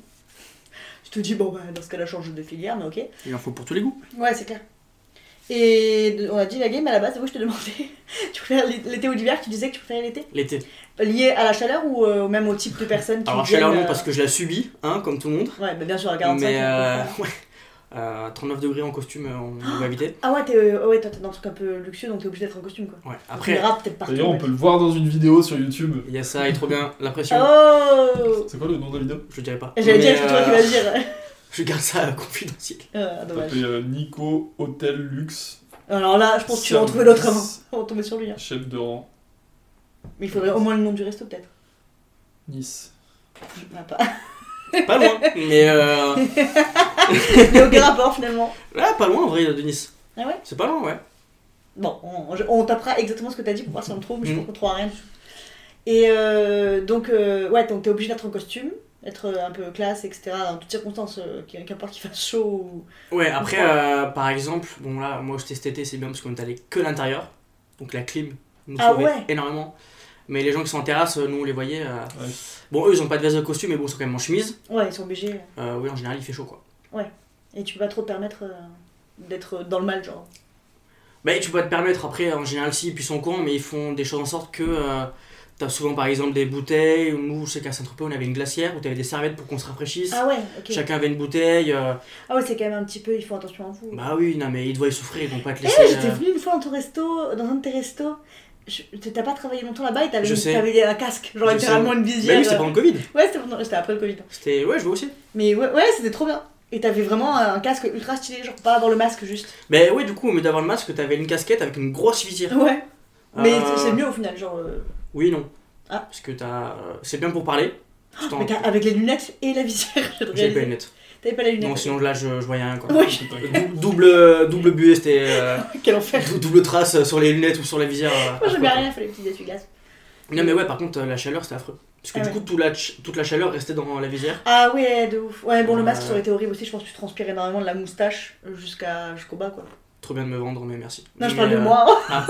Speaker 4: Je te dis, bon, bah, dans ce cas-là, change de filière, mais ok.
Speaker 5: Il en faut pour tous les goûts.
Speaker 4: Ouais, c'est clair. Et de- on a dit la game à la base, oui, je te demandais, tu préfères l'é- l'été ou l'hiver Tu disais que tu préférais l'été
Speaker 5: L'été.
Speaker 4: Lié à la chaleur ou euh, même au type de personne qui
Speaker 5: Alors,
Speaker 4: viennent,
Speaker 5: chaleur, non,
Speaker 4: euh,
Speaker 5: parce que je la subis, hein, comme tout le monde.
Speaker 4: Ouais, bah, bien sûr, hein, à 45.
Speaker 5: mais.
Speaker 4: on
Speaker 5: euh,
Speaker 4: comprend.
Speaker 5: ouais. Euh, 39 degrés en costume, euh, on on va éviter.
Speaker 4: Ah ouais, t'es euh, ouais, toi, t'es dans un truc un peu luxueux, donc t'es obligé d'être en costume, quoi.
Speaker 5: Ouais.
Speaker 4: Après,
Speaker 5: Après,
Speaker 4: le rap, peut-être partout.
Speaker 2: D'ailleurs, on
Speaker 4: ouais.
Speaker 2: peut le voir dans une vidéo sur YouTube.
Speaker 5: il y a ça, et trop bien, la pression.
Speaker 4: Oh
Speaker 2: C'est quoi le nom de la vidéo
Speaker 5: Je le dirai pas.
Speaker 4: Ah J'allais
Speaker 5: Mais,
Speaker 4: dire, est-ce que tu vois qui
Speaker 5: euh,
Speaker 4: vas le dire
Speaker 5: Je garde ça confidentiel.
Speaker 4: Euh, Dommage.
Speaker 2: Tapez euh, Nico Hôtel Luxe,
Speaker 4: Alors là, je pense que tu vas en
Speaker 2: Service.
Speaker 4: trouver d'autres avant. On va tomber sur lui. hein.
Speaker 2: chef de rang,
Speaker 4: Mais il faudrait au moins le nom du resto, peut-être.
Speaker 2: Nice.
Speaker 4: Ah, pas.
Speaker 5: Pas loin, mais euh...
Speaker 4: Mais aucun rapport finalement.
Speaker 5: ouais, pas loin en vrai de Nice.
Speaker 4: Ah ouais
Speaker 5: C'est pas loin, ouais.
Speaker 4: Bon, on, je- on tapera exactement ce que t'as dit pour voir si on le trouve, mais je
Speaker 5: Mhm.
Speaker 4: pense qu'on trouvera rien. Et euh, donc, euh, ouais, donc t'es obligé d'être en costume, être euh, un peu classe, etc. Dans toutes circonstances, euh, qu'il- qu'importe qu'il fasse chaud ou.
Speaker 5: Ouais, après, euh, par exemple, bon là, moi j'étais cet été, c'est bien parce qu'on est allé que l'intérieur. Donc la clim nous
Speaker 4: Ah
Speaker 5: sauvait
Speaker 4: ouais.
Speaker 5: énormément. Mais les gens qui sont en terrasse, euh, nous on les voyait. euh,
Speaker 2: Ouais.
Speaker 5: Bon, eux ils ont pas de veste de costume, mais bon, ils sont quand même en chemise.
Speaker 4: Ouais, ils sont obligés.
Speaker 5: Euh, oui, en général, il fait chaud quoi.
Speaker 4: Et tu peux pas trop te permettre euh, d'être dans le mal, genre.
Speaker 5: Bah, tu peux pas te permettre, après, en général, si, puis ils sont cons, mais ils font des choses en sorte que euh, T'as souvent par exemple des bouteilles, nous je sais qu'à Saint-Tropez on avait une glacière où t'avais des serviettes pour qu'on se rafraîchisse.
Speaker 4: Ah ouais, ok.
Speaker 5: Chacun avait une bouteille. euh,
Speaker 4: Ah ouais, c'est quand même un petit peu, il faut attention à vous.
Speaker 5: Bah oui, non mais ils devaient souffrir, ils vont pas te
Speaker 4: Eh,
Speaker 5: laisser.
Speaker 4: j'étais
Speaker 5: euh,
Speaker 4: venue une fois dans ton resto, dans un de tes restos. Je- T'as pas travaillé longtemps là-bas et
Speaker 5: Je
Speaker 4: t'avais
Speaker 5: sais.
Speaker 4: t'avais un casque, genre
Speaker 5: Je
Speaker 4: littéralement
Speaker 5: sais.
Speaker 4: une
Speaker 5: Bah
Speaker 4: visière. euh,
Speaker 5: oui, c'était pendant le Covid.
Speaker 4: Ouais, c'était pendant- c'était après le Covid.
Speaker 5: C'était. Ouais, je vois aussi.
Speaker 4: Mais ouais, ouais c'était trop bien. Et t'avais vraiment un casque ultra stylé, genre pas avoir le masque juste.
Speaker 5: Mais ouais, du coup, au lieu d'avoir le masque, t'avais une casquette avec une grosse visière.
Speaker 4: Ouais. Mais
Speaker 5: Euh,
Speaker 4: c'est mieux au final, genre. euh,
Speaker 5: Oui, non.
Speaker 4: Ah.
Speaker 5: Parce que t'as. euh, C'est bien pour parler. Tout en-
Speaker 4: mais t'as- avec les lunettes et la visière, je te
Speaker 5: J'avais pas les
Speaker 4: réalise.
Speaker 5: lunettes.
Speaker 4: T'avais pas la lunette.
Speaker 5: Non, sinon là, je, je voyais rien quoi. Euh,
Speaker 4: Ouais,
Speaker 5: Dou- double, double buée, c'était. euh,
Speaker 4: quel enfer.
Speaker 5: dou- double trace euh, sur les lunettes ou sur la visière. euh,
Speaker 4: Moi
Speaker 5: affreux,
Speaker 4: j'aimais
Speaker 5: quoi.
Speaker 4: rien, il fallait les petits essuie-glaces.
Speaker 5: Non, mais ouais, par contre, euh, la chaleur, c'était affreux. Parce que
Speaker 4: Ah
Speaker 5: du
Speaker 4: ouais.
Speaker 5: coup, toute la, ch- toute la chaleur restait dans la visière.
Speaker 4: Ah ouais, de ouf. Ouais, bon, le masque
Speaker 5: Ouais.
Speaker 4: ça aurait été horrible aussi, je pense que tu transpirais énormément de la moustache jusqu'à jusqu'au bas quoi.
Speaker 5: Trop bien de me vendre, mais merci.
Speaker 4: Non, je
Speaker 5: Mais,
Speaker 4: parle de
Speaker 5: euh,
Speaker 4: moi. hein.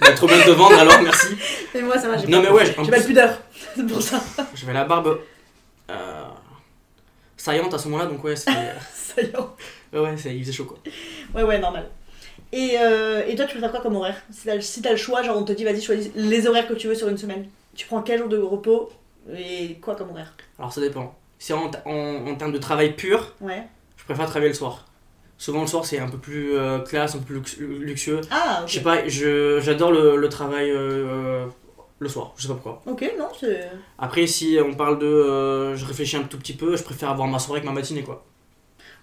Speaker 5: bah, trop bien de te vendre, alors merci.
Speaker 4: Mais moi ça va, Ah, j'ai
Speaker 5: Non,
Speaker 4: pas-
Speaker 5: mais ouais, en
Speaker 4: j'ai pas de
Speaker 5: plus,
Speaker 4: pudeur. c'est pour ça.
Speaker 5: j'avais la barbe. Euh, saillante à ce moment-là, donc ouais, c'était.
Speaker 4: Ça y est.
Speaker 5: ouais, ouais, c'est- il faisait chaud quoi.
Speaker 4: Ouais, ouais, normal. Et, euh, et toi, tu préfères quoi comme horaire Si t'as si t'as le choix, genre on te dit vas-y, choisis les horaires que tu veux sur une semaine. Tu prends quel jour de repos et quoi comme horaire
Speaker 5: Alors ça dépend. Si en, en, en termes de travail pur,
Speaker 4: Ouais.
Speaker 5: je préfère travailler le soir. Souvent le soir c'est un peu plus euh, classe, un peu plus lux- luxueux.
Speaker 4: Ah, ok.
Speaker 5: Je sais pas, je- j'adore le, le travail euh, le soir, je sais pas pourquoi.
Speaker 4: Ok, non, c'est.
Speaker 5: Après si on parle de euh, je réfléchis un tout petit peu, je préfère avoir ma soirée que ma matinée quoi.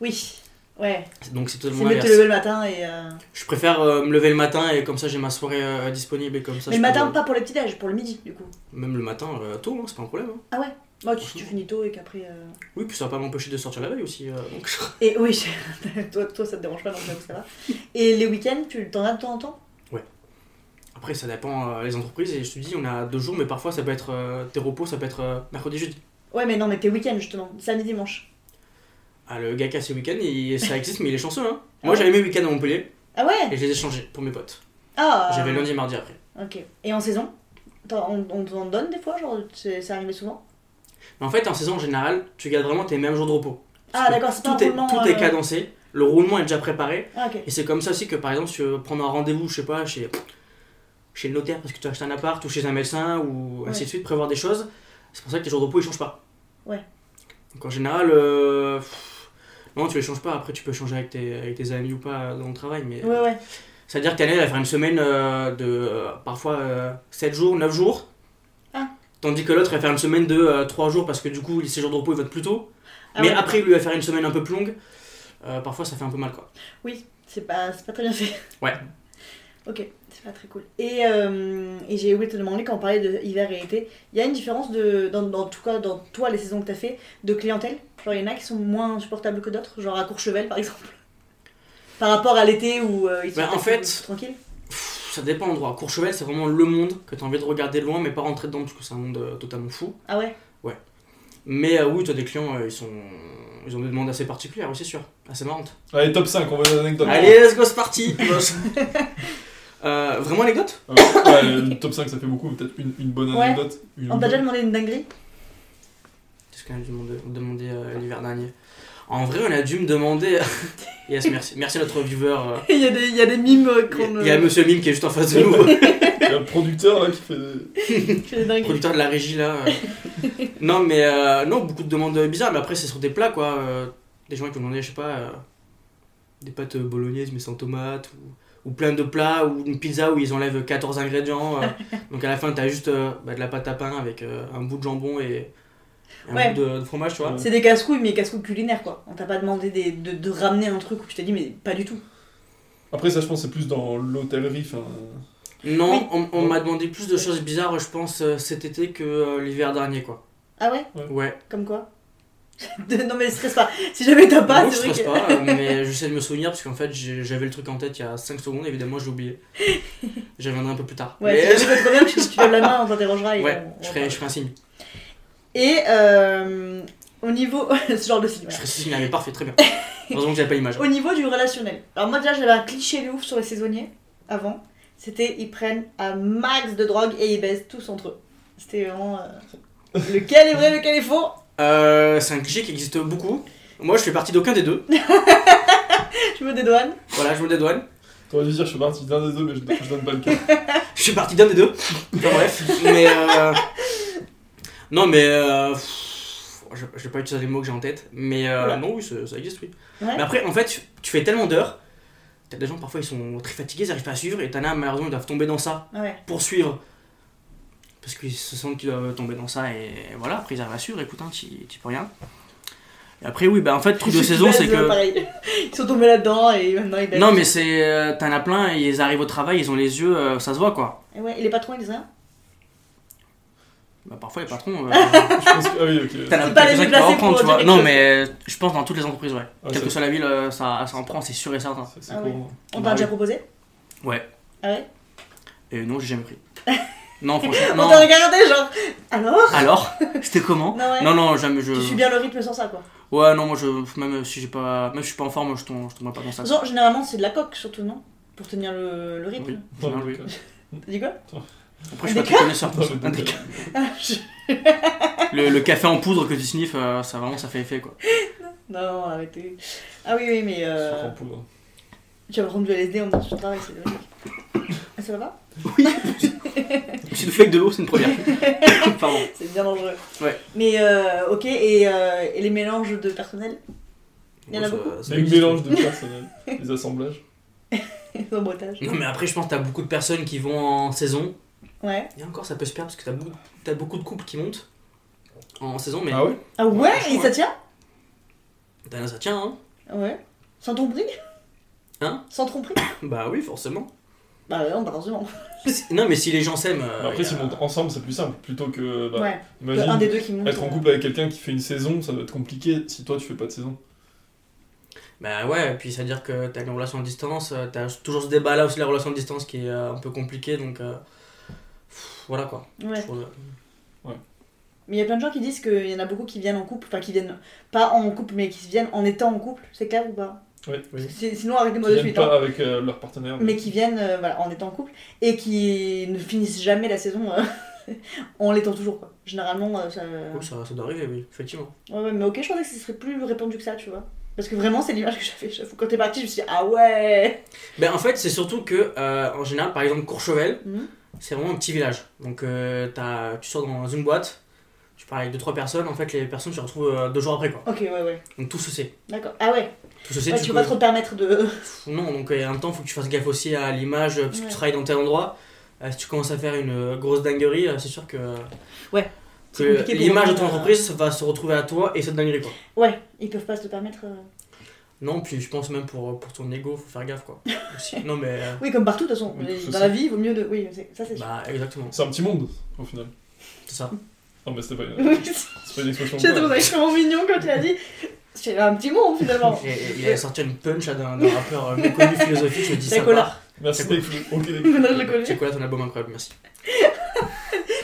Speaker 4: Oui. Ouais.
Speaker 5: Donc c'est
Speaker 4: C'est
Speaker 5: totalement
Speaker 4: mieux de te
Speaker 5: l'inverse.
Speaker 4: lever le matin et. euh,
Speaker 5: Je préfère euh, me lever le matin et comme ça j'ai ma soirée euh, disponible et comme ça
Speaker 4: Mais
Speaker 5: je
Speaker 4: le matin,
Speaker 5: peux-
Speaker 4: pas pour le petit-déj, pour le midi, du coup. Ah
Speaker 5: Même le matin, euh, tôt, hein, c'est pas un problème. hein.
Speaker 4: Moi, tu, tu finis tôt et qu'après. euh,
Speaker 5: Oui, puis ça va pas m'empêcher de sortir la veille aussi. euh, donc je-
Speaker 4: Et oui, je- toi, toi, ça te dérange pas, donc j'avoue, ça va. Et les week-ends, tu t'en as de temps en temps
Speaker 5: Après, ça dépend euh, les entreprises. Et je te dis, on a deux jours, mais parfois, ça peut être euh, tes repos, ça peut être euh, mercredi, jeudi.
Speaker 4: Ouais, mais non, mais tes week-ends, justement. Samedi, dimanche.
Speaker 5: Ah, le gars qui a ses week-ends, il- ça existe, mais il est chanceux. Hein.
Speaker 4: Ah
Speaker 5: Moi,
Speaker 4: ouais
Speaker 5: j'avais mes week-ends à Montpellier
Speaker 4: Ah ouais
Speaker 5: et je les ai changés pour mes potes.
Speaker 4: Ah
Speaker 5: J'avais lundi et mardi après.
Speaker 4: Ok. Et en saison T'en- on, on t'en donne des fois, genre c'est c'est arrivé souvent
Speaker 5: Mais en fait, en saison en général, tu gardes vraiment tes mêmes jours de repos. Parce
Speaker 4: Ah
Speaker 5: que
Speaker 4: d'accord, c'est pas un
Speaker 5: Tout, est,
Speaker 4: roulement,
Speaker 5: tout est
Speaker 4: euh,
Speaker 5: cadencé, le roulement est déjà préparé.
Speaker 4: Ah ok.
Speaker 5: Et c'est comme ça aussi que, par exemple, si tu veux prendre un rendez-vous, je sais pas, chez, chez le notaire parce que tu as acheté un appart ou chez un médecin ou ainsi
Speaker 4: Ouais.
Speaker 5: de suite, prévoir des choses. C'est pour ça que tes jours de repos, ils changent pas.
Speaker 4: Ouais.
Speaker 5: Donc en général, euh, pff, non, tu les changes pas. Après, tu peux changer avec tes, avec tes amis ou pas dans le travail. Mais
Speaker 4: Ouais ouais.
Speaker 5: c'est-à-dire que Canel, elle va faire une semaine euh, de euh, parfois 7 jours, 9 jours.
Speaker 4: Ah.
Speaker 5: Tandis que l'autre, elle va faire une semaine de 3 jours parce que du coup, ses jours de repos, ils votent plus tôt.
Speaker 4: Ah
Speaker 5: mais
Speaker 4: ouais.
Speaker 5: après, lui, elle va faire une semaine un peu plus longue. Euh, parfois, ça fait un peu mal quoi.
Speaker 4: Oui, c'est pas, c'est pas très bien fait.
Speaker 5: Ouais.
Speaker 4: Ok, c'est pas très cool. Et, euh, et j'ai oublié de te demander quand on parlait de hiver et été, il y a une différence de, dans, dans tout cas, dans toi les saisons que t'as fait, de clientèle. Genre il y en a qui sont moins supportables que d'autres, genre à Courchevel par exemple. Par rapport à l'été où euh, ils sont
Speaker 5: Bah, en
Speaker 4: peut-être
Speaker 5: fait-
Speaker 4: plus tranquilles.
Speaker 5: Pff, ça dépend de l'endroit. Courchevel, c'est vraiment le monde que tu as envie de regarder de loin, mais pas rentrer dedans parce que c'est un monde euh, totalement fou.
Speaker 4: Ah ouais.
Speaker 5: Mais euh, oui, tu as des clients, euh, ils, sont... ils ont des demandes assez particulières, oui, c'est sûr. Assez marrantes.
Speaker 2: Allez, top 5, on va une anecdote.
Speaker 5: Allez, let's go, c'est parti Euh, Vraiment anecdote
Speaker 2: Euh, ouais, le top 5, ça fait beaucoup, peut-être une, une bonne
Speaker 4: Ouais.
Speaker 2: anecdote. une
Speaker 5: Mm.
Speaker 4: On t'a déjà
Speaker 2: bonne-
Speaker 4: demandé une dinguerie
Speaker 5: Qu'est-ce qu'on a dû me demander euh, l'hiver dernier En vrai, on a dû me demander... yes, merci, merci à notre viewer. euh.
Speaker 4: Il y, a des- il y a des mimes euh,
Speaker 5: Il y a-
Speaker 4: qu'on
Speaker 5: il y a
Speaker 4: euh,
Speaker 5: Monsieur Mime qui est juste en face de nous,
Speaker 2: Le producteur là qui fait. des-
Speaker 4: fait des dingueries.
Speaker 5: producteur de la régie là. euh. non, mais euh, non, beaucoup de demandes bizarres, mais après c'est sur des plats quoi. euh, des gens qui ont demandé, je sais pas, euh, des pâtes bolognaises mais sans tomates, ou, ou plein de plats, ou une pizza où ils enlèvent 14 ingrédients. euh. donc à la fin, t'as juste euh, bah, de la pâte à pain avec euh, un bout de jambon et un
Speaker 4: Ouais.
Speaker 5: bout de, de fromage, tu vois.
Speaker 4: C'est des casse-couilles, mais casse-couilles culinaires quoi. On t'a pas demandé des- de, de ramener un truc où je t'ai dit, mais pas du tout.
Speaker 2: Après, ça, je pense, c'est plus dans l'hôtellerie. enfin,
Speaker 5: Non,
Speaker 4: Oui.
Speaker 5: on, on m'a demandé plus de choses bizarres, je pense, euh, cet été que euh, l'hiver dernier quoi.
Speaker 4: Ah ouais
Speaker 5: Ouais.
Speaker 4: Comme quoi De- Non mais stresse pas. Si jamais t'as pas,
Speaker 5: Non, je
Speaker 4: c'est
Speaker 5: stresse
Speaker 4: vrai que...
Speaker 5: pas, euh, mais j'essaie de me souvenir parce qu'en fait j'ai- j'avais le truc en tête il y a 5 secondes, évidemment je l'ai oublié. J'y reviendrai un peu plus tard.
Speaker 4: Ouais,
Speaker 5: Mais-
Speaker 4: si jamais t'as problème, tu, tu lèves la main, on t'interrogera et
Speaker 5: Ouais,
Speaker 4: on- on
Speaker 5: je ferai, je ferai un signe.
Speaker 4: Et euh, au niveau... ce genre de signe,
Speaker 5: Je
Speaker 4: voilà.
Speaker 5: ferai un signe, ah, mais parfait, très bien. Heureusement que j'avais pas l'image.
Speaker 4: Au niveau du relationnel. Alors moi déjà, j'avais un cliché de ouf sur les saisonniers, avant. C'était, ils prennent un max de drogue et ils baisent tous entre eux. C'était vraiment... euh, Lequel est vrai, lequel est faux
Speaker 5: Euh, c'est un cliché qui existe beaucoup. Moi je fais partie d'aucun des deux.
Speaker 4: Je me dédouane.
Speaker 5: Voilà, je me dédouane.
Speaker 2: T'aurais dû dire, je suis parti d'un des deux, mais je, je donne pas le cas.
Speaker 5: Je suis parti d'un des deux. Enfin, bref, mais euh, non, mais euh, pff, je, je vais pas utiliser les mots que j'ai en tête, mais euh,
Speaker 4: Voilà.
Speaker 5: non, oui, ça, ça existe, oui.
Speaker 4: Ouais.
Speaker 5: Mais après, en fait, tu, tu fais tellement d'heures, t'as des gens parfois ils sont très fatigués, ils arrivent pas à suivre, et t'en as malheureusement ils doivent tomber dans ça
Speaker 4: Ouais.
Speaker 5: pour suivre. Parce qu'ils se sentent qu'ils doivent tomber dans ça, et voilà, après ils arrivent à suivre, écoute, hein, t'y t'y peux rien. Et après, oui, bah en fait, le truc de
Speaker 4: Ceux qui
Speaker 5: saison, c'est
Speaker 4: baisent,
Speaker 5: que.
Speaker 4: euh, pareil. Ils sont tombés là-dedans et maintenant ils baissent.
Speaker 5: Non, mais c'est. euh, T'en as plein, et ils arrivent au travail, ils ont les yeux, euh, ça se voit quoi.
Speaker 4: Et, ouais, et les patrons, ils disent rien
Speaker 5: Bah, parfois les patrons. euh,
Speaker 2: Je pense que- Ah oui, ok.
Speaker 5: T'as
Speaker 4: C'est pas les
Speaker 5: quelques-uns qui
Speaker 4: déplacés
Speaker 5: vont reprendre,
Speaker 4: pour
Speaker 5: tu vois.
Speaker 4: dire
Speaker 5: Non,
Speaker 4: quelque
Speaker 5: mais euh, je pense dans toutes les entreprises, ouais.
Speaker 2: Ah,
Speaker 5: Quelle
Speaker 2: ça-
Speaker 5: que soit la ville, euh, ça, ça en prend, c'est sûr et certain.
Speaker 2: ça, c'est hein.
Speaker 4: Ah
Speaker 2: courant.
Speaker 4: On
Speaker 5: Bah
Speaker 4: t'a déjà
Speaker 5: oui.
Speaker 4: proposé
Speaker 5: Ouais.
Speaker 4: Ah ouais
Speaker 5: Et non, j'ai jamais pris. Non, franchement,
Speaker 4: On
Speaker 5: non.
Speaker 4: t'a regardé, genre. Alors
Speaker 5: Alors C'était comment
Speaker 4: Non, ouais.
Speaker 5: Non, non, jamais je.
Speaker 4: Tu suis bien le rythme sans ça, quoi.
Speaker 5: Ouais, non, moi, je... même si j'ai pas. Même si je suis pas en forme, je tombe, je tomberai pas dans ça.
Speaker 4: De toute façon, généralement, c'est de la coque, surtout, non Pour tenir le, le rythme.
Speaker 5: Oui,
Speaker 2: Non,
Speaker 5: non, oui.
Speaker 2: donc, euh,
Speaker 4: T'as dit quoi
Speaker 5: Après, je suis
Speaker 4: Un
Speaker 5: pas très connaisseur.
Speaker 2: non, mais
Speaker 5: Un
Speaker 2: donc,
Speaker 5: des-
Speaker 2: euh,
Speaker 4: Ah, je-
Speaker 5: Le, le café en poudre que tu sniffes, euh, ça vraiment, ça fait effet quoi.
Speaker 4: Non, non, arrêtez. Ah oui, oui, mais.
Speaker 2: sucre
Speaker 4: Euh...
Speaker 2: en poudre.
Speaker 4: Tu vas prendre du LSD en disant je travaille, c'est logique. Ah, ça va pas
Speaker 5: Je suis fait avec de l'eau, c'est une première. Pardon.
Speaker 4: C'est bien dangereux.
Speaker 5: Ouais.
Speaker 4: Mais, euh, ok, et, euh, et les mélanges de personnel Il y en a
Speaker 5: Ouais, ça-
Speaker 4: beaucoup.
Speaker 5: ça
Speaker 2: Les
Speaker 5: existe,
Speaker 2: mélanges de personnel, les assemblages.
Speaker 4: au boitage
Speaker 5: Non, mais après, je pense que t'as beaucoup de personnes qui vont en saison.
Speaker 4: Ouais.
Speaker 5: Et encore, ça peut se perdre parce que t'as beaucoup, t'as beaucoup de couples qui montent en saison, mais
Speaker 2: Ah ouais
Speaker 4: Ah ouais,
Speaker 5: Ouais,
Speaker 4: Et ça tient
Speaker 5: t'as- ça tient, hein
Speaker 4: Ouais. Sans tromperie
Speaker 5: Hein
Speaker 4: Sans tromperie
Speaker 5: Bah oui, forcément.
Speaker 4: Bah ouais, non, bah heureusement.
Speaker 5: Si- non, mais si les gens s'aiment. euh,
Speaker 2: Bah Après,
Speaker 5: y a-
Speaker 2: s'ils montent ensemble, c'est plus simple. Plutôt que. bah,
Speaker 4: ouais.
Speaker 2: Imagine,
Speaker 4: Un des deux qui monte.
Speaker 2: être en
Speaker 4: euh,
Speaker 2: couple avec quelqu'un qui fait une saison, ça doit être compliqué si toi tu fais pas de saison.
Speaker 5: Bah ouais, et puis ça veut dire que t'as une relation à distance, euh, t'as toujours ce débat là aussi, la relation à distance qui est euh, un peu compliquée, donc. euh, pff, Voilà quoi.
Speaker 4: Ouais.
Speaker 5: Je trouve, euh,
Speaker 4: Mais il y a plein de gens qui disent qu'il y en a beaucoup qui viennent en couple, enfin qui viennent pas en couple, mais qui viennent en étant en couple, c'est clair ou pas
Speaker 2: Ouais.
Speaker 5: Oui.
Speaker 4: C'est- Sinon, arrêtez-moi
Speaker 2: Ils
Speaker 4: de
Speaker 2: viennent
Speaker 4: suite.
Speaker 2: pas
Speaker 4: hein.
Speaker 2: avec euh, leur partenaire.
Speaker 4: Mais qui viennent euh, voilà, en étant en couple et qui ne finissent jamais la saison euh, en l'étant toujours. Quoi. Généralement, euh, ça.
Speaker 5: oui, ça, ça doit arriver, oui, effectivement.
Speaker 4: Ouais, ouais, mais ok, je pensais que ce serait plus répandu que ça, tu vois. Parce que vraiment, c'est l'image que j'avais. j'avoue. Quand t'es parti, je me suis dit, ah ouais
Speaker 5: Ben en fait, c'est surtout que, euh, en général, par exemple, Courchevel,
Speaker 2: Hmm
Speaker 4: Mhm.
Speaker 5: c'est vraiment un petit village. Donc euh, t'as- tu sors dans une boîte, tu parles avec deux trois personnes, en fait, les personnes se retrouvent euh, deux jours après quoi.
Speaker 4: Ok, ouais, ouais.
Speaker 5: Donc tout se sait.
Speaker 4: D'accord. Ah ouais,
Speaker 5: Tout ceci,
Speaker 4: Ouais,
Speaker 5: tu
Speaker 4: tu peux
Speaker 5: peux-
Speaker 4: pas trop te permettre de.
Speaker 5: Non, donc euh, en même temps, faut que tu fasses gaffe aussi à l'image, euh, parce que
Speaker 4: Ouais.
Speaker 5: tu travailles dans tel endroit. Euh, si tu commences à faire une euh, grosse dinguerie, euh, c'est sûr que.
Speaker 4: Ouais.
Speaker 5: que
Speaker 4: C'est compliqué pour
Speaker 5: l'image de ton
Speaker 4: revenir, euh,
Speaker 5: entreprise va se retrouver à toi et cette dinguerie, quoi.
Speaker 4: Ouais, ils peuvent pas se le permettre. euh.
Speaker 5: Non, puis je pense même pour, pour ton ego, faut faire gaffe, quoi. Aussi. Non, mais. euh,
Speaker 4: Oui, comme partout, de toute façon.
Speaker 2: Oui, tout
Speaker 4: Dans
Speaker 2: ça.
Speaker 4: la vie, il vaut mieux de. Oui, c'est- ça, c'est sûr.
Speaker 5: Bah, exactement,
Speaker 2: C'est un petit monde, au final.
Speaker 5: c'est ça.
Speaker 2: Non, mais c'était pas,
Speaker 5: Bah,
Speaker 4: Oui,
Speaker 2: c'est pas une expression.
Speaker 4: J'ai
Speaker 2: pour
Speaker 4: trouvé
Speaker 2: elle.
Speaker 4: extrêmement mignon quand tu l'as dit. C'est un petit mot finalement.
Speaker 5: Et- et il a sorti une punch là, d'un d'un rappeur euh, méconnu philosophique, je dis ça.
Speaker 4: Chocolat.
Speaker 5: part.
Speaker 2: Merci,
Speaker 5: C'est
Speaker 2: Nekfeu. Ok, Nekfeu.
Speaker 4: Non, je le connais.
Speaker 5: Chocolat, ton album incroyable, merci.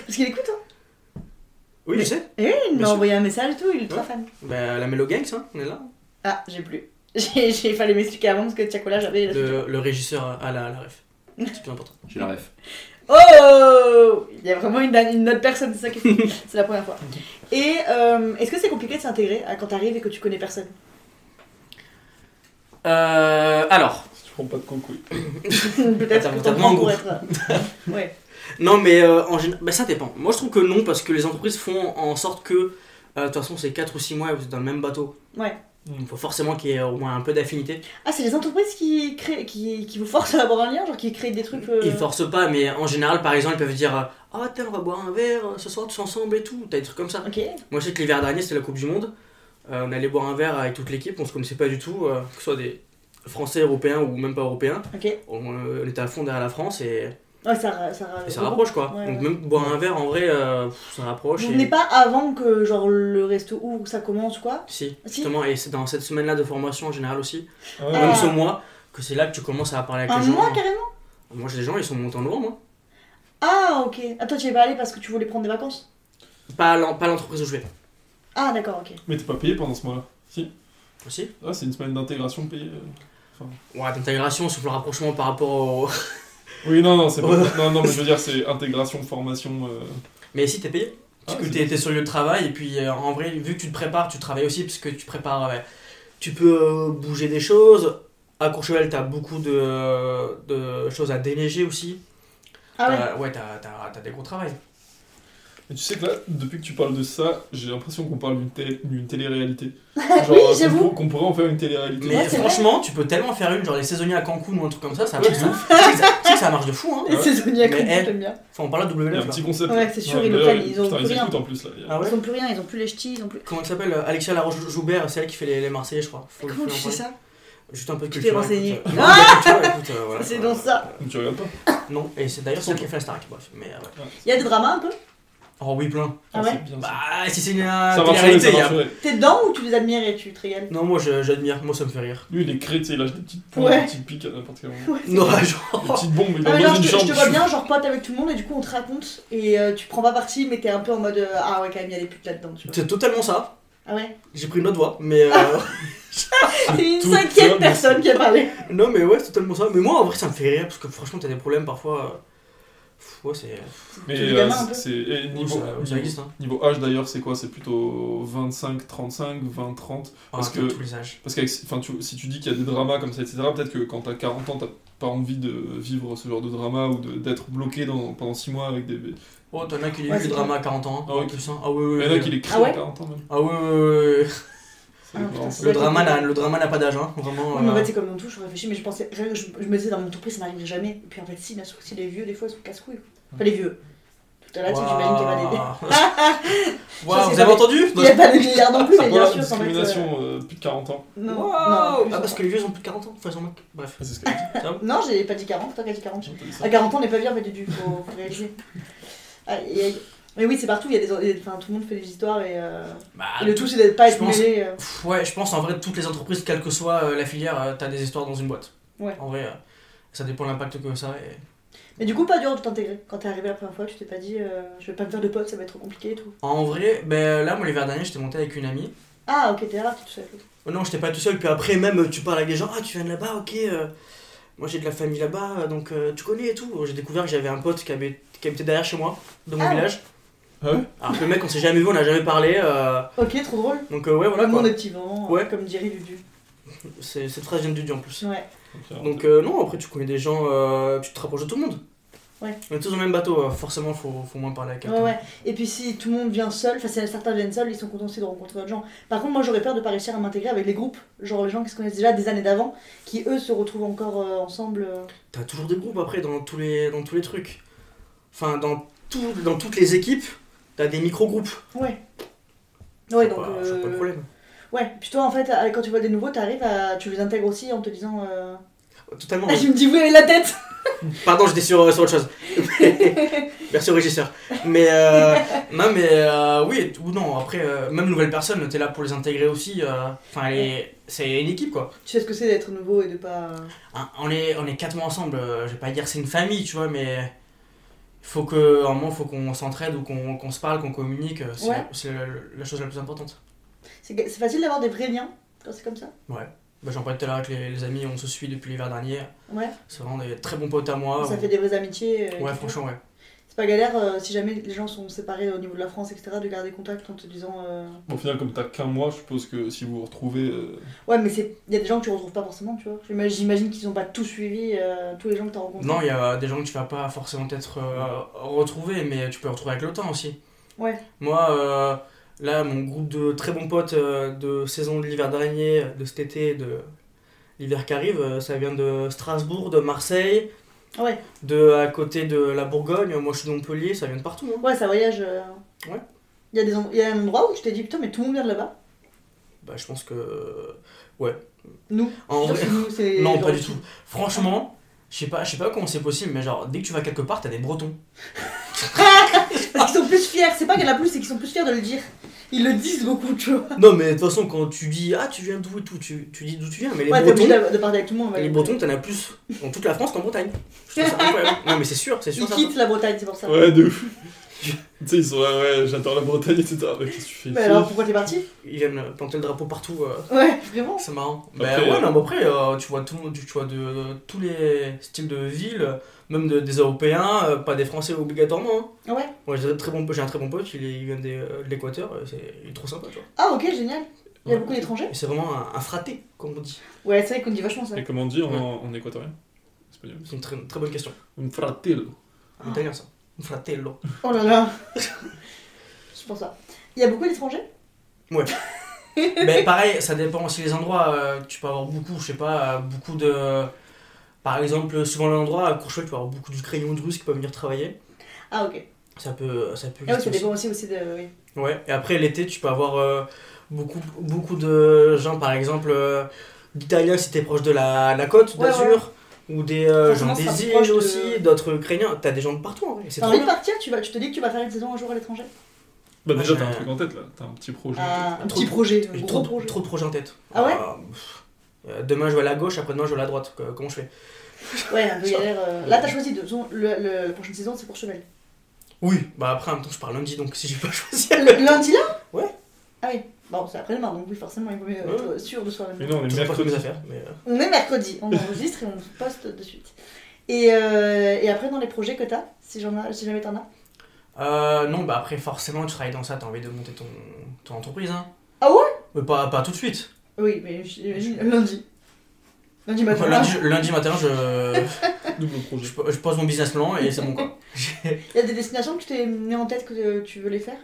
Speaker 4: Parce qu'il écoute, hein.
Speaker 5: Oui,
Speaker 4: Mais-
Speaker 5: je sais.
Speaker 4: Il
Speaker 5: Bien
Speaker 4: m'a
Speaker 5: sûr.
Speaker 4: envoyé un message et tout, il est trop
Speaker 5: Ouais.
Speaker 4: fan.
Speaker 5: Bah, la Melo Gang, ça, on est là.
Speaker 4: Ah, j'ai plus. J'ai j'ai- fallait m'expliquer avant parce que Tchakola, j'avais. la
Speaker 5: Le, le régisseur à à la, à la ref. C'est plus important.
Speaker 8: J'ai la ref.
Speaker 4: Oh Il y a vraiment une, une autre personne, c'est ça qui est fou. C'est la première fois. Et euh, est-ce que c'est compliqué de s'intégrer à- quand t'arrives et que tu connais personne
Speaker 5: Euh, alors.
Speaker 2: Si tu prends pas de coco.
Speaker 5: Attends,
Speaker 4: Peut-être que
Speaker 5: t'as
Speaker 4: t'en prends
Speaker 5: vraiment un
Speaker 4: pour
Speaker 5: goût.
Speaker 4: être. euh. Ouais.
Speaker 5: Non, mais euh, en gén- bah, ça dépend. Moi, je trouve que non, parce que les entreprises font en sorte que, euh, de toute façon, c'est 4 ou 6 mois, vous êtes dans le même bateau.
Speaker 4: Ouais.
Speaker 5: Il faut forcément qu'il y ait au moins un peu d'affinité.
Speaker 4: Ah, c'est les entreprises qui, créent, qui, qui vous forcent à avoir un lien, genre qui créent des trucs. euh,
Speaker 5: Ils forcent pas, mais en général, par exemple, ils peuvent dire euh, Ah, tiens, on va boire un verre euh, ce soir tous ensemble et tout. T'as des trucs comme ça.
Speaker 4: Ok.
Speaker 5: Moi, je sais que l'hiver dernier, c'était la Coupe du Monde. Euh, on allait boire un verre avec toute l'équipe, on se connaissait pas du tout, euh, que ce soit des Français, Européens ou même pas Européens.
Speaker 4: Ok. Ouais,
Speaker 5: On, euh, on était à fond derrière la France et,
Speaker 4: ça, ça, ça,
Speaker 5: et ça rapproche quoi.
Speaker 4: Ouais,
Speaker 5: Donc,
Speaker 4: ouais.
Speaker 5: même boire un verre, en vrai, euh, pff, ça rapproche.
Speaker 4: Vous
Speaker 5: et-
Speaker 4: venez pas avant que genre le resto ouvre, que ça commence quoi
Speaker 5: Si,
Speaker 4: Si.
Speaker 5: justement, et c'est dans cette semaine-là de formation en général aussi,
Speaker 2: Ah,
Speaker 5: même
Speaker 4: Ah.
Speaker 5: ce mois, que c'est là que tu commences à parler avec
Speaker 4: Un
Speaker 5: les gens. hein.
Speaker 4: mois carrément
Speaker 5: Moi, j'ai des gens, ils sont montés en novembre. Hein.
Speaker 4: Ah ok. Ah toi tu y es pas allé parce que tu voulais prendre des vacances
Speaker 5: Pas l'en- pas l'entreprise où je vais.
Speaker 4: Ah d'accord ok.
Speaker 2: Mais t'es pas payé pendant ce mois-là. Si.
Speaker 5: Aussi.
Speaker 2: Ah, c'est une semaine d'intégration payée. euh.
Speaker 5: Ouais, d'intégration, sauf le rapprochement par rapport au.
Speaker 2: Oui, non, non, c'est pas. Non, non, mais je veux dire, c'est intégration, formation. euh,
Speaker 5: Mais si, t'es payé.
Speaker 2: Ah,
Speaker 5: Parce que
Speaker 2: c'est
Speaker 5: t'es t'es sur le lieu de travail, et puis euh, en vrai, vu que tu te prépares, tu travailles aussi, parce que tu prépares. ouais, tu peux euh, bouger des euh, choses. À Courchevel, t'as beaucoup de, de choses à déneiger aussi.
Speaker 4: Ah ouais
Speaker 5: T'as- ouais, t'as t'as- t'as des gros travails.
Speaker 2: Mais tu sais que là, depuis que tu parles de ça, j'ai l'impression qu'on parle d'une télé- d'une télé-réalité.
Speaker 4: Oui,
Speaker 2: euh, qu'on
Speaker 4: j'avoue.
Speaker 2: pour- Qu'on pourrait en faire une télé-réalité.
Speaker 5: Mais
Speaker 4: Ouais, c'est vrai.
Speaker 5: franchement, tu peux tellement faire une, genre les saisonniers à Cancun ou un truc comme ça, ça
Speaker 2: Ouais,
Speaker 5: marche de ouf. Tu sais que ça- tu sais que ça marche de fou, hein.
Speaker 4: Les saisonniers,
Speaker 5: Mais
Speaker 4: comme
Speaker 5: elle-
Speaker 4: j'aime bien.
Speaker 5: Enfin, on parle là de
Speaker 2: Il y a un
Speaker 5: WLF là.
Speaker 2: petit concept.
Speaker 4: Ouais, c'est sûr,
Speaker 2: Ouais,
Speaker 4: ils le
Speaker 2: d'ailleurs,
Speaker 4: prennent, ils ont
Speaker 2: putain,
Speaker 4: plus
Speaker 2: ils
Speaker 4: rien.
Speaker 2: écoutent en plus là. Il y a-
Speaker 5: Ah ouais
Speaker 4: Ils ont plus rien, ils ont plus les ch'tis, ils ont plus.
Speaker 5: Comment elle s'appelle euh, Alexia Laroche-Joubert, c'est elle qui fait les, les Marseillais, je crois. Faut-
Speaker 4: Comment
Speaker 5: faut
Speaker 4: tu
Speaker 5: en
Speaker 4: sais
Speaker 5: parler.
Speaker 4: ça
Speaker 5: Juste un peu de
Speaker 4: Tu t'es
Speaker 5: culture.
Speaker 4: renseigné.
Speaker 5: écoute, euh, un peu de culture, écoute, euh, voilà,
Speaker 4: C'est
Speaker 5: voilà.
Speaker 4: dans ça.
Speaker 2: Donc tu regardes pas.
Speaker 5: Non, et c'est d'ailleurs celle qui a fait la Starac, bref. Mais, euh, ouais.
Speaker 4: Il y a des dramas un peu
Speaker 5: Oh oui, plein.
Speaker 4: Ah
Speaker 2: c'est
Speaker 4: ouais
Speaker 2: bien, ça.
Speaker 5: Bah, si c'est une
Speaker 2: Ça marcherait,
Speaker 5: réalité,
Speaker 2: ça
Speaker 5: il y a.
Speaker 2: marcherait.
Speaker 4: T'es dedans ou tu les admires et tu te régales
Speaker 5: Non, moi je- j'admire, moi ça me fait rire.
Speaker 2: Lui, il est créé, tu sais, il lâche des petites points,
Speaker 4: Ouais.
Speaker 2: des petites piques à n'importe quel moment.
Speaker 5: Non,
Speaker 2: Des
Speaker 5: genre.
Speaker 2: petites bombes, il
Speaker 4: Ah,
Speaker 2: est
Speaker 4: mais
Speaker 2: dans
Speaker 4: genre,
Speaker 2: une
Speaker 4: je, te- je te
Speaker 2: chambre.
Speaker 4: vois bien, genre pote avec tout le monde, et du coup on te raconte, et euh, tu prends pas parti, mais t'es un peu en mode euh, Ah ouais, quand même, il y a des putes là-dedans, tu vois.
Speaker 5: C'est totalement ça.
Speaker 4: Ah ouais
Speaker 5: J'ai pris une autre voix, mais. euh, Ah,
Speaker 4: C'est une
Speaker 2: Tout
Speaker 4: cinquième
Speaker 2: comme-
Speaker 4: personne qui a parlé.
Speaker 5: Non, mais ouais, c'est totalement ça. Mais moi en vrai, ça me fait rire parce que franchement, t'as des problèmes parfois. euh, pff, Ouais, c'est.
Speaker 2: Mais
Speaker 4: Tous les
Speaker 2: euh,
Speaker 4: gamins, un peu.
Speaker 2: c'est et
Speaker 5: Niveau,
Speaker 2: niveau,
Speaker 5: ça, ça
Speaker 2: niveau,
Speaker 5: existe, hein.
Speaker 2: niveau âge d'ailleurs, c'est quoi C'est plutôt 25, 35, 20, 30 Parce
Speaker 5: Ah,
Speaker 2: que-
Speaker 5: Tous les âges.
Speaker 2: Parce que enfin, tu- si tu dis qu'il y a des dramas comme ça, etc., peut-être que quand t'as 40 ans, t'as pas envie de vivre ce genre de drama ou de- d'être bloqué dans, pendant 6 mois avec des.
Speaker 5: Oh, t'en as qui
Speaker 4: Ouais,
Speaker 5: les vu
Speaker 4: c'est
Speaker 5: le drama à 40 ans.
Speaker 2: Ah ouais.
Speaker 5: plus, hein. Ah ouais,
Speaker 2: Il
Speaker 5: ouais,
Speaker 2: y en a
Speaker 5: ouais.
Speaker 2: qui les créent
Speaker 4: Ah ouais
Speaker 2: à 40 ans même.
Speaker 5: Ah ouais, ouais, ouais, ouais.
Speaker 2: C'est
Speaker 4: Ah,
Speaker 2: marrant,
Speaker 4: putain,
Speaker 2: ça.
Speaker 5: Le drama, n'a- le drama n'a pas d'âge, hein. Vraiment.
Speaker 4: Ouais, mais en
Speaker 5: euh,
Speaker 4: fait, c'est comme dans tout, je réfléchis, mais je pensais, je, je me disais dans mon entreprise, ça n'arriverait jamais. Et puis en fait, si, bien sûr que si les vieux, des fois, ils sont casse-couilles. Enfin, les vieux. Tout à l'heure, tu j'imagine qu'il y a pas des
Speaker 5: euh, Waouh.
Speaker 4: Ça,
Speaker 5: Waouh,
Speaker 4: c'est
Speaker 5: vous avez
Speaker 4: pas-
Speaker 5: entendu
Speaker 4: Il n'y a pas de milliard non plus,
Speaker 2: C'est
Speaker 4: mais
Speaker 2: pour
Speaker 4: bien
Speaker 2: la
Speaker 4: sûr, sans mettre. euh,
Speaker 2: discrimination, euh, plus de 40 ans.
Speaker 4: Non,
Speaker 5: Waouh.
Speaker 4: non, plus,
Speaker 5: Ah, parce
Speaker 4: non.
Speaker 5: que les vieux ils ont plus de 40 ans. Enfin, ils ont moins que- Bref.
Speaker 2: Ah, c'est ce que j'ai
Speaker 4: Non, j'ai pas dit 40, toi qui as dit 40.
Speaker 2: dit, j'ai entendu ça.
Speaker 4: À 40 ans, on n'est pas vieux, en fait, du tout, faut, faut réaliser. Aïe, aïe, aïe. Mais oui, c'est partout, il y a des. Enfin, tout le monde fait des histoires et. euh,
Speaker 5: Bah,
Speaker 4: et le tout, c'est d'être pas
Speaker 5: je
Speaker 4: être
Speaker 5: pense-
Speaker 4: mêlé. euh.
Speaker 5: Pff, Ouais, je pense en vrai, toutes les entreprises, quelle que soit euh, la filière, euh, t'as des histoires dans une boîte.
Speaker 4: Ouais.
Speaker 5: En vrai, euh, ça dépend de l'impact que ça a. Et...
Speaker 4: Mais du coup, pas dur de t'intégrer. Quand t'es arrivé la première fois, tu t'es pas dit, euh, je vais pas me faire de potes, ça va être trop compliqué et tout.
Speaker 5: En vrai, ben là, moi, l'hiver dernier, j'étais monté avec une amie.
Speaker 4: Ah, ok, t'es là, t'es tout seul.
Speaker 5: Oh non, j'étais pas tout seul, puis après, même, euh, tu parles avec des gens, ah, tu viens de là-bas, ok. euh, moi, j'ai de la famille là-bas, euh, donc euh, tu connais et tout. J'ai découvert que j'avais un pote qui, avait, qui habitait derrière chez moi, de mon
Speaker 4: Ah.
Speaker 5: village.
Speaker 2: Ah ouais
Speaker 5: Alors que le mec, on s'est jamais vu, on n'a jamais parlé. euh,
Speaker 4: Ok, trop drôle.
Speaker 5: donc, euh, ouais, voilà
Speaker 4: Le
Speaker 5: quoi.
Speaker 4: monde est petit vent,
Speaker 5: Ouais.
Speaker 4: euh, comme dirait Dudu.
Speaker 5: C'est, cette phrase vient de Dudu en plus.
Speaker 4: Ouais.
Speaker 2: Ok,
Speaker 5: Donc euh, non, après tu connais des gens, euh, tu te rapproches de tout le monde.
Speaker 4: Ouais.
Speaker 5: On est tous dans le même bateau, euh, forcément faut, faut moins parler à quelqu'un.
Speaker 4: Ouais, ouais. Et puis si tout le monde vient seul, enfin si certains viennent seuls, ils sont contents aussi de rencontrer d'autres gens. Par contre, moi j'aurais peur de pas réussir à m'intégrer avec les groupes, genre les gens qui se connaissent déjà des années d'avant, qui eux se retrouvent encore euh, ensemble. euh.
Speaker 5: T'as toujours des groupes après dans tous les, dans tous les trucs. Enfin dans, tout, dans toutes les équipes, t'as des micro-groupes.
Speaker 4: Ouais. Ouais,
Speaker 5: Je vois
Speaker 4: donc.
Speaker 5: pas,
Speaker 4: euh,
Speaker 5: je vois pas le problème.
Speaker 4: Ouais, puis toi en fait, euh, quand tu vois des nouveaux, t'arrives à. Tu les intègres aussi en te disant. euh,
Speaker 5: Totalement.
Speaker 4: Ah,
Speaker 5: oui.
Speaker 4: je me dis, oui, avec la tête
Speaker 5: Pardon, j'étais sur, euh, sur autre chose. Merci au régisseur. Mais euh, non, mais euh, oui ou non. Après, euh, même nouvelle personne, t'es là pour les intégrer aussi. euh, Enfin, les- c'est une équipe quoi.
Speaker 4: Tu sais ce que c'est d'être nouveau et de pas.
Speaker 5: Hein, On est, on est quatre mois ensemble, euh, je vais pas dire c'est une famille, tu vois, mais il faut que, à un moment, faut qu'on s'entraide ou qu'on qu'on se parle, qu'on communique, euh, c'est
Speaker 4: Ouais.
Speaker 5: c'est la, la chose la plus importante.
Speaker 4: C'est c'est facile d'avoir des vrais liens quand c'est comme ça
Speaker 5: Bah, J'en parlais tout à l'heure avec les, les amis, on se suit depuis l'hiver dernier,
Speaker 4: Ouais.
Speaker 5: c'est vraiment des très bons potes à moi.
Speaker 4: ça
Speaker 5: on-
Speaker 4: fait des vraies amitiés. euh,
Speaker 5: Ah Ouais,
Speaker 4: et tout.
Speaker 5: franchement, ouais.
Speaker 4: C'est pas galère euh, si jamais les gens sont séparés au niveau de la France, etc., de garder contact en te disant. euh,
Speaker 2: Au final, comme t'as qu'un mois, je suppose que si vous vous retrouvez. euh,
Speaker 4: Ouais, mais c'est il y a des gens que tu retrouves pas forcément, tu vois. J'imagine- J'imagine qu'ils ont pas tout suivi, euh, tous les gens que t'as rencontrés.
Speaker 5: Non, il y a des gens que tu vas pas forcément peut-être euh, retrouver, mais tu peux les retrouver avec le temps aussi.
Speaker 4: Ouais.
Speaker 5: Moi, euh, là, mon groupe de très bons potes euh, de saison de l'hiver dernier, de cet été, de l'hiver qui arrive, euh, ça vient de Strasbourg, de Marseille,
Speaker 4: Ah ouais.
Speaker 5: de à côté de la Bourgogne. Moi, je suis de Montpellier, ça vient de partout. hein.
Speaker 4: Ouais, ça voyage. euh.
Speaker 5: Ouais.
Speaker 4: Il y, a des en- il y a un endroit où tu t'es dit putain, mais tout le monde vient de là-bas.
Speaker 5: Bah, je pense que
Speaker 4: Nous.
Speaker 5: en
Speaker 4: Je veux
Speaker 5: vrai-
Speaker 4: dire, c'est nous, c'est
Speaker 5: non,
Speaker 4: genre-
Speaker 5: pas du tout. Franchement, je sais pas, je sais pas comment c'est possible, mais genre dès que tu vas quelque part, t'as des Bretons.
Speaker 4: Parce qu'ils sont plus fiers, c'est pas qu'il y en a plus, c'est qu'ils sont plus fiers de le dire. Ils le disent beaucoup, tu vois.
Speaker 5: non, mais de toute façon, quand tu dis ah tu viens d'où et tout, tu, tu dis d'où tu viens, mais les
Speaker 4: ouais, t'es
Speaker 5: Bretons.
Speaker 4: obligé de, de parler avec tout le monde. ouais.
Speaker 5: Les Bretons, t'en as plus dans toute la France qu'en Bretagne. Je trouve ça incroyable. Non, mais c'est sûr, c'est sûr.
Speaker 4: Ils
Speaker 5: certain.
Speaker 4: quittent la Bretagne, c'est pour ça.
Speaker 2: Ouais, de ouf. tu sais, ils sont là, ouais, j'adore la Bretagne, etc. Mais qu'est-ce que tu fais
Speaker 4: Mais
Speaker 2: ici
Speaker 4: alors pourquoi t'es parti
Speaker 5: Ils viennent euh, planter le drapeau partout. euh,
Speaker 4: Ouais, vraiment.
Speaker 5: C'est marrant.
Speaker 2: Après,
Speaker 5: bah, ouais,
Speaker 2: euh,
Speaker 5: non, mais après, euh, tu vois, tout, tu, tu vois de, tous les styles de villes, euh, même de- des Européens, euh, pas des Français obligatoirement. hein.
Speaker 4: Ah Ouais.
Speaker 5: Moi, j'ai un très bon, j'ai un très bon pote, il, est- il vient des, euh, de l'Équateur, euh, c'est- il est trop sympa, tu vois.
Speaker 4: Ah, ok, génial. Il y a
Speaker 5: Ouais.
Speaker 4: beaucoup d'étrangers
Speaker 5: Et C'est vraiment un, un fraté, comme on dit.
Speaker 4: Ouais, c'est vrai qu'on dit vachement ça.
Speaker 2: Et comment on dit en, en équatorien Espagnol.
Speaker 5: C'est une très, très bonne question.
Speaker 2: Un fratello.
Speaker 4: Ah.
Speaker 5: italien ça. Fratello.
Speaker 4: Oh là là Je pense pas. Il y a beaucoup d'étrangers
Speaker 5: Mais pareil, ça dépend aussi les endroits. euh, tu peux avoir beaucoup, je sais pas, euh, beaucoup de. Par exemple, souvent l'endroit, à Courchevel, tu peux avoir beaucoup d'Ukrainiens ou de Russes qui peuvent venir travailler.
Speaker 4: Ah ok.
Speaker 5: Ça peut. Ça peut
Speaker 4: Ah oui,
Speaker 5: exister
Speaker 4: ça
Speaker 5: aussi.
Speaker 4: dépend aussi, aussi de... Oui.
Speaker 5: Ouais, et après l'été, tu peux avoir euh, beaucoup, beaucoup de gens, par exemple, euh, d'Italiens si t'es proche de la, la côte
Speaker 4: Ouais,
Speaker 5: d'Azur, ou des euh, gens
Speaker 4: Forcément, ça
Speaker 5: des
Speaker 4: sera
Speaker 5: îles
Speaker 4: proche de-
Speaker 5: aussi, d'autres Ukrainiens. T'as des gens de partout en vrai, c'est
Speaker 4: T'as
Speaker 5: trop
Speaker 4: envie de
Speaker 5: bien.
Speaker 4: partir tu, vas, tu te dis que tu vas faire une saison un jour à l'étranger
Speaker 2: Bah, déjà,
Speaker 5: Ouais.
Speaker 2: t'as un truc en tête là, t'as un petit projet.
Speaker 4: Ah, Un
Speaker 5: Trop
Speaker 4: petit
Speaker 5: de-
Speaker 4: projet, un
Speaker 5: J'ai
Speaker 4: gros
Speaker 5: trop,
Speaker 4: projet.
Speaker 5: trop de projets en tête.
Speaker 4: Ah ouais
Speaker 5: Euh, pff, euh, Demain je vais à la gauche, après demain je vais à la droite. Que- Comment je fais
Speaker 4: Ouais, un peu galère. euh. Là, t'as choisi deux. Son- le- le- la prochaine saison, c'est pour Chevel.
Speaker 5: Oui, bah après en même temps je pars lundi donc si j'ai pas choisi.
Speaker 4: Le, lundi là
Speaker 5: Ouais.
Speaker 4: Ah oui. Bon, c'est après-demain, donc oui, forcément, il vaut mieux être sûr de soi
Speaker 2: Mais non, on est
Speaker 5: Je pas
Speaker 2: mercredi.
Speaker 5: mes affaires. Mais, euh,
Speaker 4: On est mercredi, on enregistre et on poste de suite. Et, euh, et après, dans les projets que t'as, si, j'en ai- si jamais t'en as.
Speaker 5: euh, non, bah après forcément tu travailles dans ça, t'as envie de monter ton, ton entreprise. Hein.
Speaker 4: Ah ouais
Speaker 5: Mais pas, pas tout de suite.
Speaker 4: Oui, mais j'imagine lundi. Lundi matin.
Speaker 5: Enfin, lundi, lundi matin, je,
Speaker 2: Double projet.
Speaker 5: je, je pose mon business plan et c'est bon quoi. J'ai-
Speaker 4: Il y a des destinations que tu t'es mis en tête que euh, tu veux les faire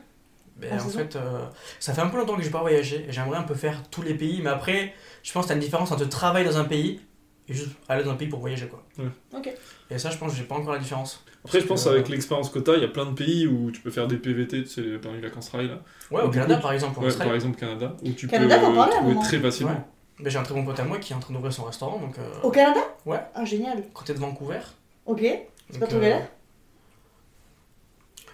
Speaker 5: ben,
Speaker 4: En
Speaker 5: en
Speaker 4: saison
Speaker 5: fait, euh, ça fait un peu longtemps que j'ai pas voyagé et j'aimerais un peu faire tous les pays, mais après, je pense que t'as une différence entre travailler dans un pays et juste aller dans un pays pour voyager quoi.
Speaker 2: Ouais.
Speaker 4: Ok.
Speaker 5: Et ça, je pense que j'ai pas encore la différence.
Speaker 2: Après, je pense
Speaker 5: Euh,
Speaker 2: avec l'expérience que t'as, il y a plein de pays où tu peux faire des PVT, tu sais, les permis vacances rail là.
Speaker 5: Ouais,
Speaker 2: Ou
Speaker 5: au
Speaker 2: du
Speaker 5: Canada
Speaker 2: coup,
Speaker 5: par exemple, en
Speaker 2: Ouais,
Speaker 5: Australie.
Speaker 2: par exemple, Canada, où tu
Speaker 4: Canada,
Speaker 2: peux
Speaker 4: t'en
Speaker 2: euh,
Speaker 4: parlais à un
Speaker 2: trouver
Speaker 4: moment.
Speaker 2: très facilement.
Speaker 5: Ouais. Ben, j'ai un très bon pote à moi qui est en train d'ouvrir son restaurant donc euh,
Speaker 4: Au Canada
Speaker 5: Ouais.
Speaker 4: Ah, génial.
Speaker 5: côté de Vancouver.
Speaker 4: Ok. C'est pas
Speaker 5: Donc,
Speaker 4: trop
Speaker 5: euh,
Speaker 4: galère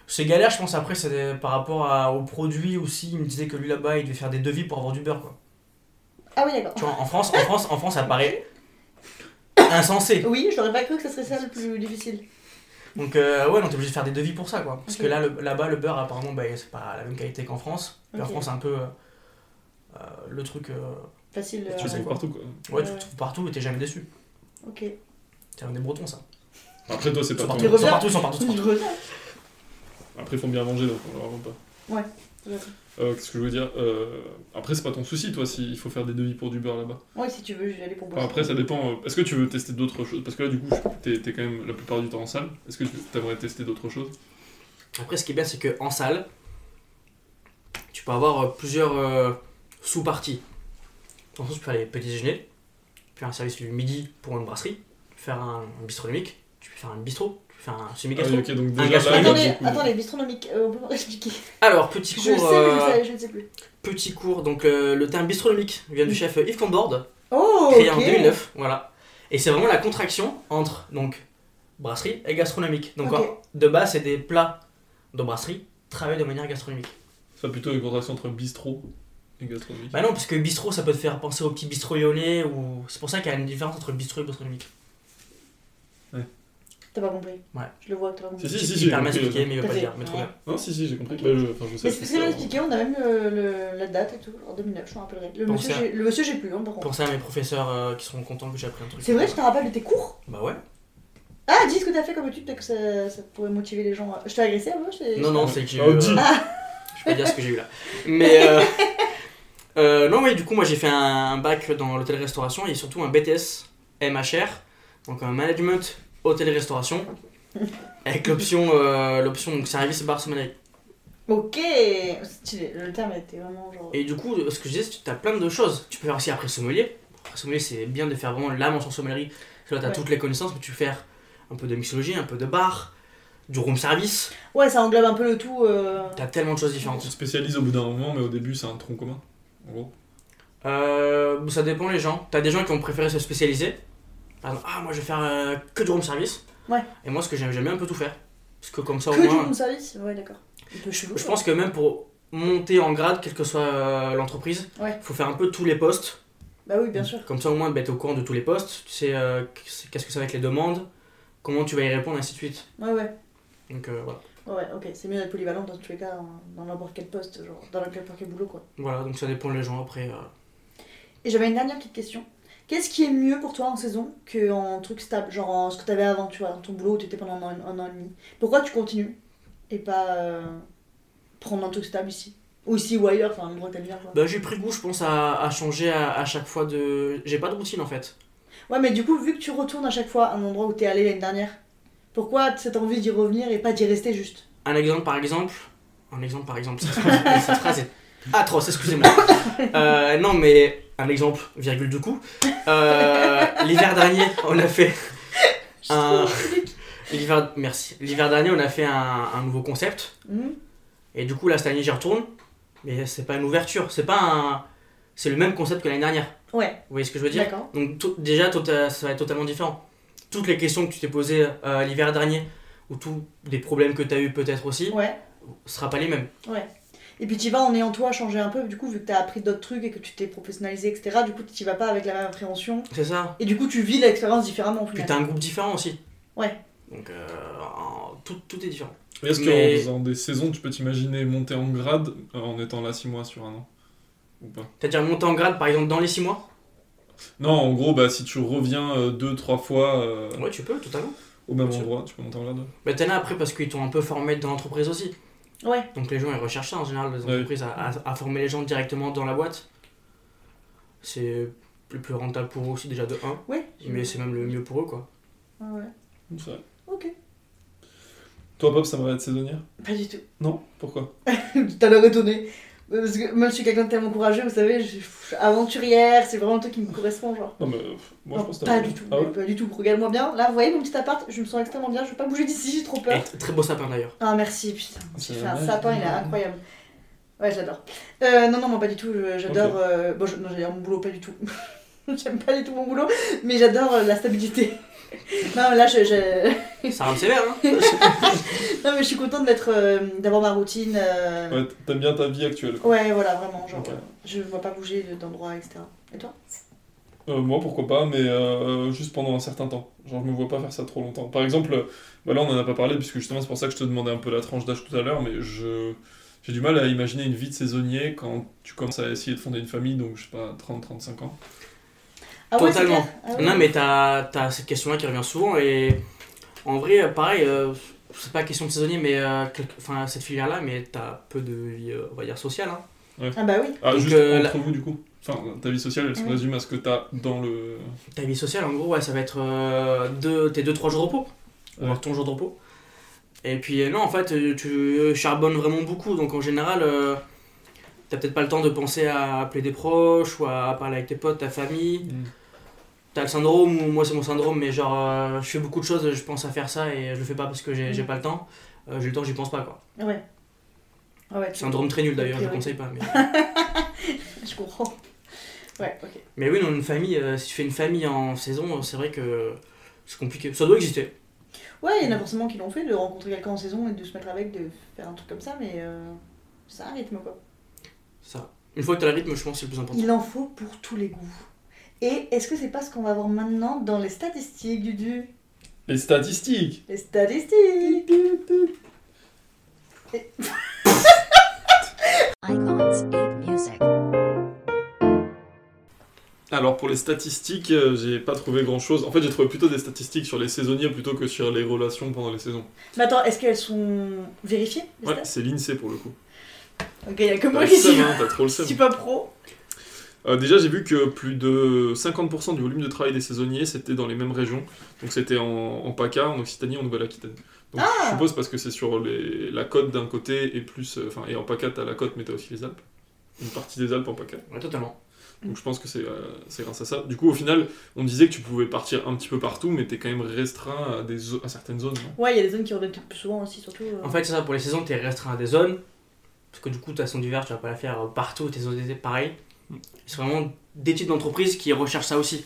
Speaker 5: C'est galère, je pense. Après, c'est des- par rapport à- aux produits aussi. Il me disait que lui là-bas, il devait faire des devis pour avoir du beurre quoi.
Speaker 4: Ah oui, d'accord.
Speaker 5: Tu vois, en France, en France, en France, ça paraît insensé.
Speaker 4: Oui, j'aurais pas cru que ça serait ça le plus difficile.
Speaker 5: Donc euh, ouais, on est obligé de faire des devis pour ça, quoi. Parce
Speaker 4: Ok.
Speaker 5: que là, le- là-bas, le beurre, apparemment, bah, c'est pas la même qualité qu'en France. Puis En
Speaker 4: Ok.
Speaker 5: France, c'est un peu euh, euh, le truc. euh,
Speaker 4: Facile.
Speaker 5: Tu
Speaker 2: Tu
Speaker 4: euh,
Speaker 2: sais
Speaker 5: Ouais.
Speaker 2: partout quoi.
Speaker 5: ouais, tu
Speaker 4: Ouais.
Speaker 5: le trouves partout et t'es jamais déçu.
Speaker 4: Ok.
Speaker 5: C'est un des Bretons, ça.
Speaker 2: Après, toi, c'est
Speaker 5: Ils
Speaker 2: pas ton.
Speaker 5: sont partout,
Speaker 4: Tu
Speaker 5: ils sont
Speaker 4: reviens.
Speaker 5: partout, ils sont partout. ils sont partout.
Speaker 2: Après, ils font bien manger, donc on leur rend pas.
Speaker 4: Ouais, ouais.
Speaker 2: Euh, Qu'est-ce que je veux dire Euh, Après, c'est pas ton souci, toi, s'il faut faire des devis pour du beurre là-bas.
Speaker 4: Ouais, si tu veux, je vais aller pour
Speaker 2: Enfin,
Speaker 4: bosser.
Speaker 2: après, ça dépend. euh, Est-ce que tu veux tester d'autres choses Parce que là, du coup, je- t'es t'es quand même la plupart du temps en salle. Est-ce que tu aimerais tester d'autres choses
Speaker 5: Après, ce qui est bien, c'est que en salle, tu peux avoir euh, plusieurs euh, sous-parties. Dans le sens, tu peux faire les petits déjeuners, puis un service du midi pour une brasserie, faire un, un bistronomique, tu peux faire un bistrot, tu peux faire un
Speaker 2: Ah
Speaker 5: semi-gastro.
Speaker 2: oui, ok, donc
Speaker 5: Un
Speaker 2: déjà
Speaker 5: gastro-
Speaker 2: là, il y a
Speaker 4: Attendez,
Speaker 2: beaucoup de-
Speaker 4: attendez, bistronomique, euh, on peut pas expliquer.
Speaker 5: Alors, petit
Speaker 4: Je
Speaker 5: cours,
Speaker 4: sais, mais
Speaker 5: euh,
Speaker 4: ça- je ne sais plus.
Speaker 5: petit cours. Donc, euh, le terme bistronomique vient du chef euh, Yves Camborde,
Speaker 4: Oh,
Speaker 5: créé en
Speaker 4: ok.
Speaker 5: 2009. Voilà. Et c'est vraiment la contraction entre donc brasserie et gastronomique. Donc,
Speaker 4: Ok.
Speaker 5: en- de base, c'est des plats de brasserie travaillés de manière gastronomique.
Speaker 2: Ça plutôt une contraction entre bistrot et gastronomie.
Speaker 5: Bah non, parce que bistrot, ça peut te faire penser au petit bistrot lyonnais ou c'est pour ça qu'il y a une différence entre le bistrot et le gastronomique.
Speaker 4: T'as pas compris.
Speaker 5: Ouais.
Speaker 4: Je le vois que t'as pas compris.
Speaker 2: Si, si,
Speaker 5: Il
Speaker 2: si,
Speaker 5: il
Speaker 2: j'ai
Speaker 5: permet
Speaker 2: compris,
Speaker 5: d'expliquer,
Speaker 2: euh,
Speaker 5: mais il veut pas
Speaker 4: T'as
Speaker 5: le dire.
Speaker 4: fait,
Speaker 5: Mais trop
Speaker 4: ouais.
Speaker 5: bien.
Speaker 2: Non, si, si, j'ai compris. Bah, je- Enfin, je sais
Speaker 4: Mais
Speaker 2: que
Speaker 4: c'est
Speaker 2: c'est
Speaker 4: très bien
Speaker 2: ça.
Speaker 4: expliqué, on a même le, le- la date et tout, en 2009, je m'en rappellerai. Le
Speaker 5: Pensez
Speaker 4: monsieur,
Speaker 5: à-
Speaker 4: j'ai- le monsieur, j'ai plus, hein, par contre.
Speaker 5: Pensez à mes professeurs euh, qui seront contents que j'ai appris un truc.
Speaker 4: C'est vrai, tu t'en rappelles de tes cours
Speaker 5: Bah ouais.
Speaker 4: Ah, dis ce que t'as fait comme étude, peut-être que ça, ça pourrait motiver les gens. à- Je t'ai agressé un peu c'est-
Speaker 5: Non, non, c'est que j'ai eu.
Speaker 2: Ah,
Speaker 5: euh,
Speaker 2: dis.
Speaker 5: je vais pas dire ce que j'ai eu là. Mais. euh, euh, non, oui, du coup, moi j'ai fait un bac dans l'hôtel-restauration et surtout un BTS MHR, donc un management hôtel-restauration, avec l'option euh, l'option donc, service bar sommelier.
Speaker 4: Ok, stylé, le terme était vraiment genre.
Speaker 5: Et du coup, ce que je disais, c'est que tu as plein de choses. Tu peux faire aussi après sommelier. Après sommelier, c'est bien de faire vraiment la mention sommellerie. Parce que là, tu as
Speaker 4: Ouais.
Speaker 5: toutes les connaissances, mais tu peux faire un peu de mixologie, un peu de bar, du room service.
Speaker 4: Ouais, ça englobe un peu le tout. euh,
Speaker 5: Tu as tellement de choses différentes.
Speaker 2: On se spécialise au bout d'un moment, mais au début, c'est un tronc commun. En gros.
Speaker 5: Euh, ça dépend les gens. T'as des gens qui ont préféré se spécialiser. Par exemple, ah, moi je vais faire euh, que du room service.
Speaker 4: Ouais.
Speaker 5: Et moi, ce que j'aime, j'aime bien un peu tout faire. Parce que comme ça, au
Speaker 4: Que du
Speaker 5: moins.
Speaker 4: room service Ouais, d'accord. Un peu chelou.
Speaker 5: Je pense que même pour monter en grade, quelle que soit euh, l'entreprise,
Speaker 4: Ouais.
Speaker 5: faut faire un peu tous les postes.
Speaker 4: Bah oui, bien sûr.
Speaker 5: Comme ça, au moins, bah, t'es au courant de tous les postes. Tu sais euh, qu'est-ce que ça va être les demandes, comment tu vas y répondre, ainsi de suite.
Speaker 4: Ouais, ouais.
Speaker 5: Donc euh, voilà.
Speaker 4: Ouais, ok, c'est mieux d'être polyvalent dans tous les cas, hein, dans n'importe quel poste, genre dans n'importe quel boulot, quoi.
Speaker 5: Voilà, donc ça dépend des gens après. euh.
Speaker 4: Et j'avais une dernière petite question. Qu'est-ce qui est mieux pour toi en saison qu'en truc stable Genre en ce que t'avais avant, tu vois, dans ton boulot où t'étais pendant un an, un an et demi. Pourquoi tu continues et pas euh, prendre un truc stable ici Ou ici ou ailleurs, enfin un endroit que t'aimes bien quoi.
Speaker 5: Bah, j'ai pris goût, je pense, à, à changer à, à chaque fois de. J'ai pas de routine en fait.
Speaker 4: Ouais, mais du coup, vu que tu retournes à chaque fois à un endroit où t'es allé l'année dernière, Pourquoi cette envie d'y revenir et pas d'y rester juste
Speaker 5: Un exemple par exemple. Un exemple par exemple. Cette phrase, cette phrase est atroce, excusez-moi. Euh, non, mais un exemple, virgule du coup. Euh, L'hiver dernier, on a fait un. L'hiver, merci. L'hiver dernier, on a fait un, un nouveau concept.
Speaker 4: Mhm.
Speaker 5: Et du coup, là, cette année, j'y retourne. Mais c'est pas une ouverture. C'est pas un. C'est le même concept que l'année dernière.
Speaker 4: Ouais,
Speaker 5: Vous voyez ce que je veux dire
Speaker 4: d'accord.
Speaker 5: Donc to- déjà, to- euh, ça va être totalement différent. Toutes les questions que tu t'es posées euh, l'hiver dernier, ou tous les problèmes que tu as eu peut-être aussi,
Speaker 4: Ouais,
Speaker 5: ne sera pas les mêmes.
Speaker 4: ouais. Et puis tu vas en ayant toi changé un peu, du coup, vu que t'as appris d'autres trucs et que tu t'es professionnalisé, etc., du coup, tu vas pas avec la même appréhension.
Speaker 5: C'est ça.
Speaker 4: Et du coup, tu vis l'expérience différemment, au
Speaker 5: Puis
Speaker 4: final.
Speaker 5: t'as un groupe différent aussi.
Speaker 4: Ouais.
Speaker 5: Donc euh, en- tout, tout est différent.
Speaker 2: Est-ce
Speaker 5: Mais-
Speaker 2: qu'en faisant des saisons, tu peux t'imaginer monter en grade euh, en étant là 6 mois sur un an Ou pas
Speaker 5: C'est-à-dire monter en grade, par exemple, dans les 6 mois
Speaker 2: Non, en gros, bah, si tu reviens 2-3 fois euh,
Speaker 5: Ouais, tu peux, totalement.
Speaker 2: au même
Speaker 5: Bien sûr.
Speaker 2: endroit, tu peux monter en grade.
Speaker 5: Mais t'es là après parce qu'ils t'ont un peu formé dans l'entreprise aussi.
Speaker 4: Ouais.
Speaker 5: Donc les gens, ils recherchent ça en général, les
Speaker 2: Ouais.
Speaker 5: entreprises, à, à- à former les gens directement dans la boîte. C'est le plus rentable pour eux aussi, déjà de 1,
Speaker 4: Ouais.
Speaker 5: mais c'est même le mieux pour eux, quoi.
Speaker 4: Ouais, ouais.
Speaker 2: C'est vrai.
Speaker 4: Ok.
Speaker 2: Toi, Pop, ça va être saisonnière
Speaker 4: Pas du tout.
Speaker 2: Non Pourquoi
Speaker 4: Tout à l'heure étonné. Euh, Parce que moi je suis quelqu'un de tellement courageux, vous savez, je suis aventurière, c'est vraiment le truc qui me correspond, genre.
Speaker 2: Non, mais euh, pff, moi,
Speaker 4: Non,
Speaker 2: je pense que t'as
Speaker 4: pas
Speaker 2: raison.
Speaker 4: du tout,
Speaker 2: Ah ouais
Speaker 4: pas du tout. Regarde-moi bien. Là, vous voyez mon petit appart, je me sens extrêmement bien, je veux pas bouger d'ici, j'ai trop peur.
Speaker 5: Et t- très beau sapin d'ailleurs.
Speaker 4: Ah merci, putain, j'ai
Speaker 2: Eh. C'est
Speaker 4: fait un
Speaker 2: vrai.
Speaker 4: sapin, il est incroyable. Ouais, j'adore. Euh, non, non, moi pas du tout, je- j'adore. euh, bon, je- non, j'adore mon boulot, pas du tout. J'aime pas du tout mon boulot, mais j'adore euh, la stabilité. non, là, je, je-
Speaker 5: Ça rame sévère, hein
Speaker 4: non, mais je suis contente d'être, euh, d'avoir ma routine. euh,
Speaker 2: Ouais, t'aimes bien ta vie actuelle.
Speaker 4: Ouais, voilà, vraiment, genre,
Speaker 2: Ok.
Speaker 4: euh, je vois pas bouger de- d'endroit, etc. Et toi
Speaker 2: Euh, moi, pourquoi pas, mais euh, juste pendant un certain temps. Genre, je me vois pas faire ça trop longtemps. Par exemple, euh, bah là, on en a pas parlé, puisque justement, c'est pour ça que je te demandais un peu la tranche d'âge tout à l'heure, mais je... j'ai du mal à imaginer une vie de saisonnier quand tu commences à essayer de fonder une famille, donc je sais pas, 30-35 ans.
Speaker 4: ah ouais, c'est
Speaker 5: Totalement.
Speaker 4: clair. Ah ouais.
Speaker 5: Non, mais t'as t'as cette question-là qui revient souvent et en vrai, pareil, euh, c'est pas question de saisonnier, mais euh, quel- enfin cette filière-là, mais t'as peu de vie, euh, on va dire, sociale. Hein.
Speaker 4: Ah bah oui.
Speaker 2: Ah,
Speaker 5: Donc,
Speaker 2: juste
Speaker 5: euh,
Speaker 2: entre vous, du coup. Enfin, ta vie sociale, elle se
Speaker 4: Ouais.
Speaker 2: résume à ce que t'as dans le.
Speaker 5: Ta vie sociale, en gros, ouais, ça va être euh, deux, tes 2-3 jours de repos,
Speaker 2: Ouais.
Speaker 5: voire ton jour de repos. Et puis, euh, non, en fait, euh, tu charbonnes vraiment beaucoup, donc en général, euh, t'as peut-être pas le temps de penser à appeler des proches ou à parler avec tes potes, ta famille.
Speaker 2: Mm.
Speaker 5: T'as le syndrome, ou moi c'est mon syndrome, mais genre euh, je fais beaucoup de choses, je pense à faire ça et je le fais pas parce que j'ai j'ai pas le temps. Euh, j'ai le temps, j'y pense pas quoi.
Speaker 4: Ouais. Ah ouais, tu-
Speaker 5: Syndrome très nul d'ailleurs, je le
Speaker 4: Priorité.
Speaker 5: conseille pas. Mais,
Speaker 4: Je comprends. Ouais, ok.
Speaker 5: mais oui, dans une famille, euh, si tu fais une famille en saison, euh, c'est vrai que c'est compliqué. Ça doit exister.
Speaker 4: Ouais, il y en a forcément qui l'ont fait, de rencontrer quelqu'un en saison et de se mettre avec, de faire un truc comme ça, mais euh, c'est un rythme quoi.
Speaker 5: Ça. Une fois que t'as le rythme, je pense que c'est le plus important.
Speaker 4: Il en faut pour tous les goûts. Et est-ce que c'est pas ce qu'on va voir maintenant dans les statistiques, Dudu
Speaker 2: Les statistiques
Speaker 4: Les statistiques
Speaker 3: Icons 8 Music.
Speaker 2: Alors, pour les statistiques, euh, j'ai pas trouvé grand chose. En fait, j'ai trouvé plutôt des statistiques sur les saisonniers plutôt que sur les relations pendant les saisons.
Speaker 4: Mais attends, est-ce qu'elles sont vérifiées les
Speaker 2: Ouais,
Speaker 4: stats
Speaker 2: c'est l'INSEE pour le coup.
Speaker 4: Ok, il y a que
Speaker 2: T'as
Speaker 5: Bah,
Speaker 4: moi
Speaker 2: le
Speaker 4: qui
Speaker 2: seum,
Speaker 4: suis
Speaker 2: hein, t'as trop le seum.
Speaker 4: je suis pas pro.
Speaker 2: Euh, déjà, j'ai vu que plus de 50% du volume de travail des saisonniers, c'était dans les mêmes régions. Donc, c'était en, en PACA, en Occitanie, en Nouvelle-Aquitaine. Donc, je suppose parce que c'est sur les- la côte d'un côté et plus. euh, Enfin, et en PACA, t'as la côte, mais t'as aussi les Alpes. Une partie des Alpes en PACA.
Speaker 5: Ouais, totalement.
Speaker 2: Donc, je pense que c'est euh, c'est grâce à ça. Du coup, au final, on disait que tu pouvais partir un petit peu partout, mais t'es quand même restreint à, des zo- à certaines zones. non
Speaker 4: Ouais, il y a des zones qui reviennent plus souvent aussi, surtout. euh.
Speaker 5: En fait, c'est ça, pour les saisons, t'es restreint à des zones. Parce que du coup, ta saison d'hiver, tu vas pas la faire euh, partout, tes zones d'été, pareil. C'est vraiment des types d'entreprises qui recherchent ça aussi.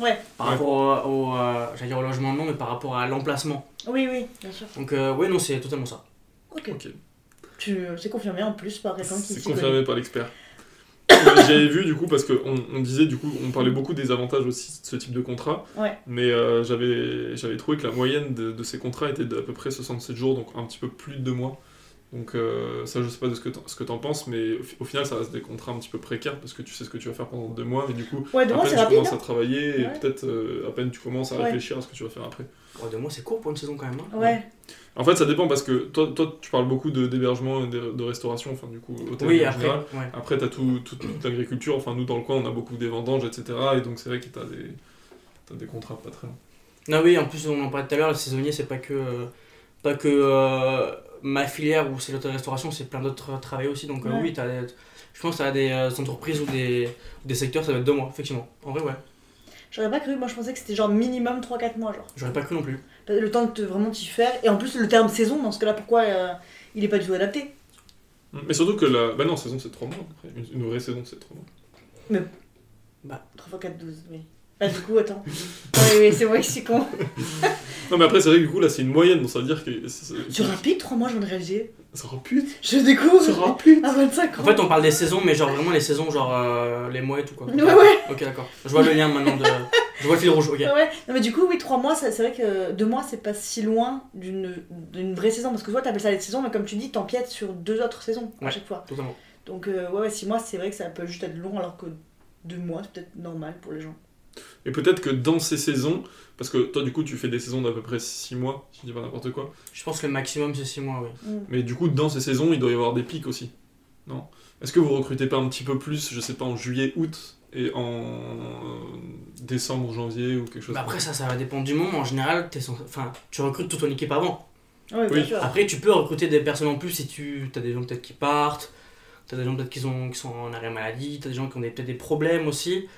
Speaker 4: Ouais.
Speaker 5: Par
Speaker 2: Ouais.
Speaker 5: rapport au, au, euh, j'allais dire au logement, non, mais par rapport à l'emplacement.
Speaker 4: Oui, oui, bien sûr.
Speaker 5: Donc euh, ouais non c'est totalement ça.
Speaker 4: Ok.
Speaker 2: Ok.
Speaker 4: Tu... euh, C'est confirmé en plus par quelqu'un qui
Speaker 2: C'est
Speaker 4: s'y connaît.
Speaker 2: confirmé par l'expert. Euh, J'avais vu du coup parce qu'on on disait du coup on parlait beaucoup des avantages aussi de ce type de contrat,
Speaker 4: Ouais.
Speaker 2: mais euh, j'avais j'avais trouvé que la moyenne de, de ces contrats était d'à peu près 67 jours donc un petit peu plus de deux mois. Donc euh, ça je sais pas de ce que t'en- ce que t'en penses mais au, fi- au final ça reste des contrats un petit peu précaires parce que tu sais ce que tu vas faire pendant deux mois mais du coup
Speaker 4: Ouais,
Speaker 2: à
Speaker 4: demain
Speaker 2: peine
Speaker 4: c'est
Speaker 2: tu
Speaker 4: rapide.
Speaker 2: commences à
Speaker 4: hein.
Speaker 2: travailler et
Speaker 4: Ouais.
Speaker 2: peut-être euh, à peine tu commences à
Speaker 4: Ouais.
Speaker 2: réfléchir à ce que tu vas faire après.
Speaker 5: Bon, deux mois c'est court pour une saison quand même. hein.
Speaker 4: Ouais.
Speaker 2: En fait ça dépend parce que toi toi tu parles beaucoup de- d'hébergement et de, de restauration enfin du coup hôtel
Speaker 5: Oui
Speaker 2: en
Speaker 5: après.
Speaker 2: général.
Speaker 5: ouais.
Speaker 2: Après, t'as tout, tout- toute l'agriculture. Enfin, nous, dans le coin, on a beaucoup des vendanges, etc. Et donc, c'est vrai que t'as des, t'as des contrats pas très longs.
Speaker 5: Non, Ah oui, en plus, on en parlait tout à l'heure, le saisonnier, c'est pas que, euh, pas que euh, ma filière ou c'est l'auto-restauration, c'est plein d'autres euh, travails aussi. Donc, euh,
Speaker 4: Ouais.
Speaker 5: oui, t'as des- je pense que t'as des euh, entreprises ou des, des secteurs, ça va être deux mois, effectivement. En vrai, ouais,
Speaker 4: J'aurais pas cru, moi je pensais que c'était genre minimum 3-4 mois, genre.
Speaker 5: j'aurais pas cru non plus.
Speaker 4: Le temps de te- vraiment t'y faire. Et en plus, le terme saison, dans ce cas-là, pourquoi euh, il est pas du tout adapté
Speaker 2: Mais surtout que la. Bah non, saison c'est 3 mois. après. Une- Une vraie saison c'est 3 mois.
Speaker 4: 3 x 4, 12, oui. Bah, du coup, attends. oui, oui, c'est vrai que je suis con.
Speaker 2: Non, mais après, c'est vrai que du coup, là, c'est une moyenne, donc ça veut dire que. c'est- c'est-
Speaker 4: Sur un pic, 3 mois, je viens de réaliser.
Speaker 2: Ça rend pute
Speaker 4: Je découvre
Speaker 2: Ça rend pute
Speaker 4: à 25 ans.
Speaker 5: En fait, on parle des saisons, mais genre vraiment les saisons, genre euh, les mois et tout quoi.
Speaker 4: Ouais, ouais.
Speaker 5: Ok, d'accord. Je vois le lien maintenant de. Je vois le fil rouge, ok.
Speaker 4: Ouais, non mais du coup, oui, 3 mois, ça- c'est vrai que 2 mois, c'est pas si loin d'une d'une vraie saison. Parce que soit t'appelles ça des saisons, mais comme tu dis, t'empiètes sur deux autres saisons à
Speaker 5: Ouais.
Speaker 4: chaque fois.
Speaker 5: Totalement.
Speaker 4: Donc, euh, ouais, ouais, 6 mois, c'est vrai que ça peut juste être long, alors que 2 mois, c'est peut-être normal pour les gens.
Speaker 2: Et peut-être que dans ces saisons, parce que toi, du coup, tu fais des saisons d'à peu près 6 mois, si je dis pas n'importe quoi.
Speaker 5: Je pense que le maximum c'est 6 mois, oui.
Speaker 2: Mais du coup, dans ces saisons, il doit y avoir des pics aussi. Non Est-ce que vous recrutez pas un petit peu plus, je sais pas, en juillet, août et en euh, décembre, janvier ou quelque chose
Speaker 5: Bah
Speaker 2: comme
Speaker 5: après, ça, ça va dépendre du moment. En général, t'es censé- enfin, tu recrutes toute ton équipe avant.
Speaker 4: Ah Ouais,
Speaker 2: Oui.
Speaker 4: bien sûr.
Speaker 5: Après, tu peux recruter des personnes en plus si tu as des gens peut-être qui partent, tu as des gens peut-être qui sont, qui sont en arrêt maladie, tu as des gens qui ont des- peut-être des problèmes aussi.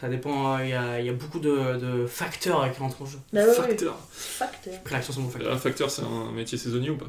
Speaker 5: Ça dépend, il y, a, y a beaucoup de, de facteurs qui rentrent en jeu.
Speaker 4: Bah, ouais, ouais,
Speaker 2: Facteur.
Speaker 4: fact.
Speaker 5: J'ai pris l'accent sur mon facteur.
Speaker 2: Un facteur, c'est un métier saisonnier ou pas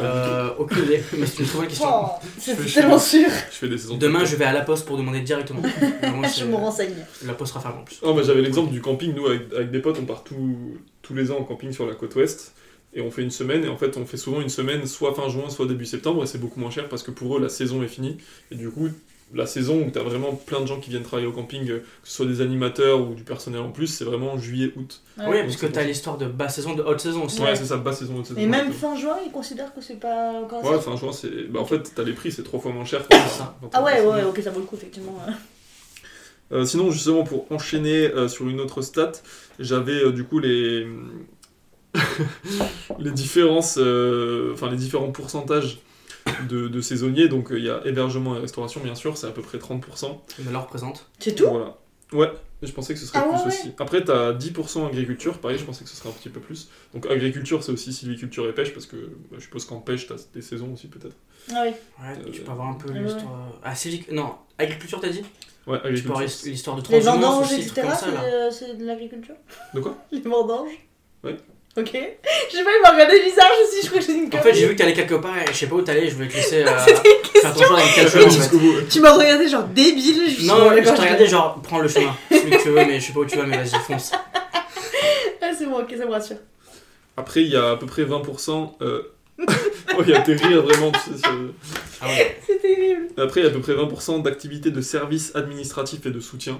Speaker 5: Euh, aucune idée, mais c'est une très bonne question.
Speaker 4: Oh, c'est
Speaker 2: Je suis
Speaker 4: tellement sûr. Ah,
Speaker 2: Je fais des
Speaker 4: Oh.
Speaker 2: saisons.
Speaker 5: Demain, je vais à la poste pour demander directement. Vraiment, c'est-
Speaker 4: Je me renseigne.
Speaker 5: la poste sera fermée en plus.
Speaker 2: Non, mais j'avais l'exemple du camping. Nous, avec, avec des potes, on part tous- tous les ans en camping sur la côte ouest. Et on fait une semaine. Et en fait, on fait souvent une semaine, soit fin juin, soit début septembre. Et c'est beaucoup moins cher parce que pour eux, la saison est finie. Et du coup, la saison où t'as vraiment plein de gens qui viennent travailler au camping, euh, que ce soit des animateurs ou du personnel en plus, c'est vraiment juillet-août.
Speaker 4: Ouais.
Speaker 5: oui, parce que tu as l'histoire de basse saison, de haute saison aussi.
Speaker 2: Ouais, c'est ça, basse saison, haute saison.
Speaker 4: Mais même
Speaker 2: ouais,
Speaker 4: fin juin, ils considèrent que c'est pas encore
Speaker 2: Ouais,
Speaker 4: assez.
Speaker 2: fin juin, c'est. Bah, en fait, t'as les prix, c'est trois fois moins cher.
Speaker 5: ça.
Speaker 2: Quand on-
Speaker 4: Ah ouais, ouais, ouais, ok, ça vaut le coup, effectivement.
Speaker 2: Euh, sinon, justement, pour enchaîner euh, sur une autre stat, j'avais euh, du coup les, les différences, euh, enfin les différents pourcentages de, de saisonniers. Donc, euh, il y a hébergement et restauration, bien sûr, c'est à peu près 30%.
Speaker 5: Mais là, représente.
Speaker 4: C'est tout
Speaker 2: Voilà. Ouais, je pensais que ce serait
Speaker 4: Ah
Speaker 2: plus
Speaker 4: ouais,
Speaker 2: aussi. Après, t'as 10% agriculture, pareil, je pensais que ce serait un petit peu plus. Donc, agriculture, c'est aussi sylviculture et pêche, parce que bah, je suppose qu'en pêche, t'as des saisons aussi, peut-être.
Speaker 4: Ah oui.
Speaker 5: Ouais,
Speaker 2: Euh,
Speaker 5: tu peux avoir un peu
Speaker 4: ouais.
Speaker 5: l'histoire. Ah, Célic- Non, agriculture, t'as dit
Speaker 2: Ouais,
Speaker 5: Tu peux avoir
Speaker 2: agriculture.
Speaker 5: l'histoire de
Speaker 4: Les
Speaker 5: transhumance
Speaker 4: vendanges,
Speaker 5: aussi, des trucs
Speaker 4: etc.,
Speaker 5: comme ça,
Speaker 4: c'est
Speaker 5: là.
Speaker 4: de, c'est de l'agriculture
Speaker 2: De quoi
Speaker 4: Les vendanges
Speaker 2: Ouais.
Speaker 4: Ok. Je sais pas, il m'a regardé bizarre, je me suis dit, je crois que j'ai une
Speaker 5: En fait,
Speaker 4: connerie.
Speaker 5: j'ai vu que t'allais quelque part et je sais pas où t'allais, je voulais te laisser euh, faire ton
Speaker 4: question.
Speaker 5: choix dans quel chemin en fait.
Speaker 2: Jusqu'au bout, ouais.
Speaker 4: Tu m'as regardé genre débile, je
Speaker 5: Non, je
Speaker 4: suis
Speaker 5: t'ai regardé genre, prends le chemin, celui que tu veux, mais je sais pas où tu vas, mais vas-y, fonce.
Speaker 4: Ah, c'est bon, ok, ça me rassure.
Speaker 2: Après, il y a à peu près 20%. Euh... oh, il y a des rires vraiment. tu sais, sur-
Speaker 5: Ah ouais.
Speaker 4: C'est terrible.
Speaker 2: Après, il y a à peu près 20% d'activités de services administratifs et de soutien.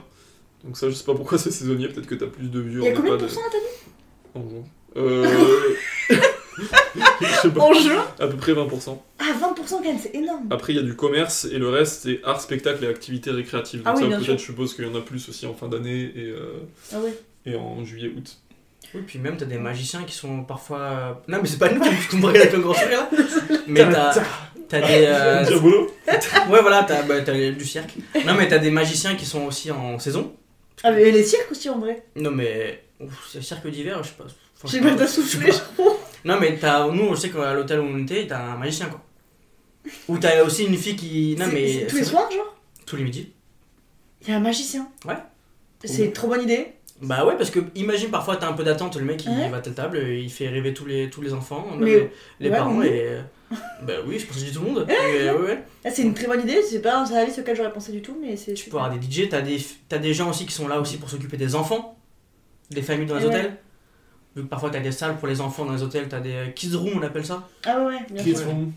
Speaker 2: Donc, ça, je sais pas pourquoi c'est saisonnier. Peut-être que t'as plus de vieux.
Speaker 4: Il y a
Speaker 2: en
Speaker 4: combien de
Speaker 2: EHPAD,
Speaker 4: pourcents, t'as dit
Speaker 2: euh, en juin. Euh. je sais pas.
Speaker 4: En juin
Speaker 2: À peu près 20%.
Speaker 4: Ah, 20% quand même, c'est énorme.
Speaker 2: Après, il y a du commerce et le reste, c'est art, spectacle et activités récréatives. Donc,
Speaker 4: Ah oui,
Speaker 2: ça,
Speaker 4: bien
Speaker 2: peut-être,
Speaker 4: sûr.
Speaker 2: je suppose qu'il y en a plus aussi en fin d'année et, euh,
Speaker 4: Ah ouais.
Speaker 2: et en juillet-août.
Speaker 5: Oui, puis même t'as des magiciens qui sont parfois. euh, Non, mais c'est pas nous qui me regarde avec un grand sourire là. Mais t'as. T'as des. euh,
Speaker 2: Diabolo
Speaker 5: Ouais, voilà, t'as bah, t'as les- du cirque. Non, mais t'as des magiciens qui sont aussi en saison.
Speaker 4: Ah, mais les cirques aussi en vrai.
Speaker 5: Non, mais. Ouf, c'est cirque d'hiver, je sais pas. Enfin,
Speaker 4: J'ai
Speaker 5: je sais
Speaker 4: pas
Speaker 5: pas.
Speaker 4: t'as soufflé, je crois.
Speaker 5: Non, mais t'as, nous, je sais qu'à l'hôtel où on était, t'as un magicien, quoi. Ou t'as aussi une fille qui. Non,
Speaker 4: C'est-
Speaker 5: mais.
Speaker 4: c'est Tous les soirs, genre
Speaker 5: Tous les midis.
Speaker 4: Il y a un magicien.
Speaker 5: Ouais.
Speaker 4: C'est une trop bonne idée.
Speaker 5: Bah ouais, parce que imagine parfois t'as un peu d'attente, le mec il
Speaker 4: Ouais.
Speaker 5: va à ta table, euh, il fait rêver tous les, tous les enfants, même
Speaker 4: Mais-
Speaker 5: les, les
Speaker 4: ouais,
Speaker 5: parents,
Speaker 4: mais-
Speaker 5: et. euh, Bah oui, je pense que je dis tout le monde. Mais ouais, ouais.
Speaker 4: Ah, c'est une très bonne idée, c'est pas un service auquel j'aurais pensé du tout, mais c'est.
Speaker 5: Tu peux avoir des DJ, t'as des, t'as des gens aussi qui sont là aussi pour s'occuper des enfants, des familles dans les
Speaker 4: Ouais.
Speaker 5: hôtels. Vu que parfois t'as des salles pour les enfants dans les hôtels, t'as des euh, kids rooms, on appelle ça.
Speaker 4: Ah ouais, ouais, bien sûr.
Speaker 2: Kids room.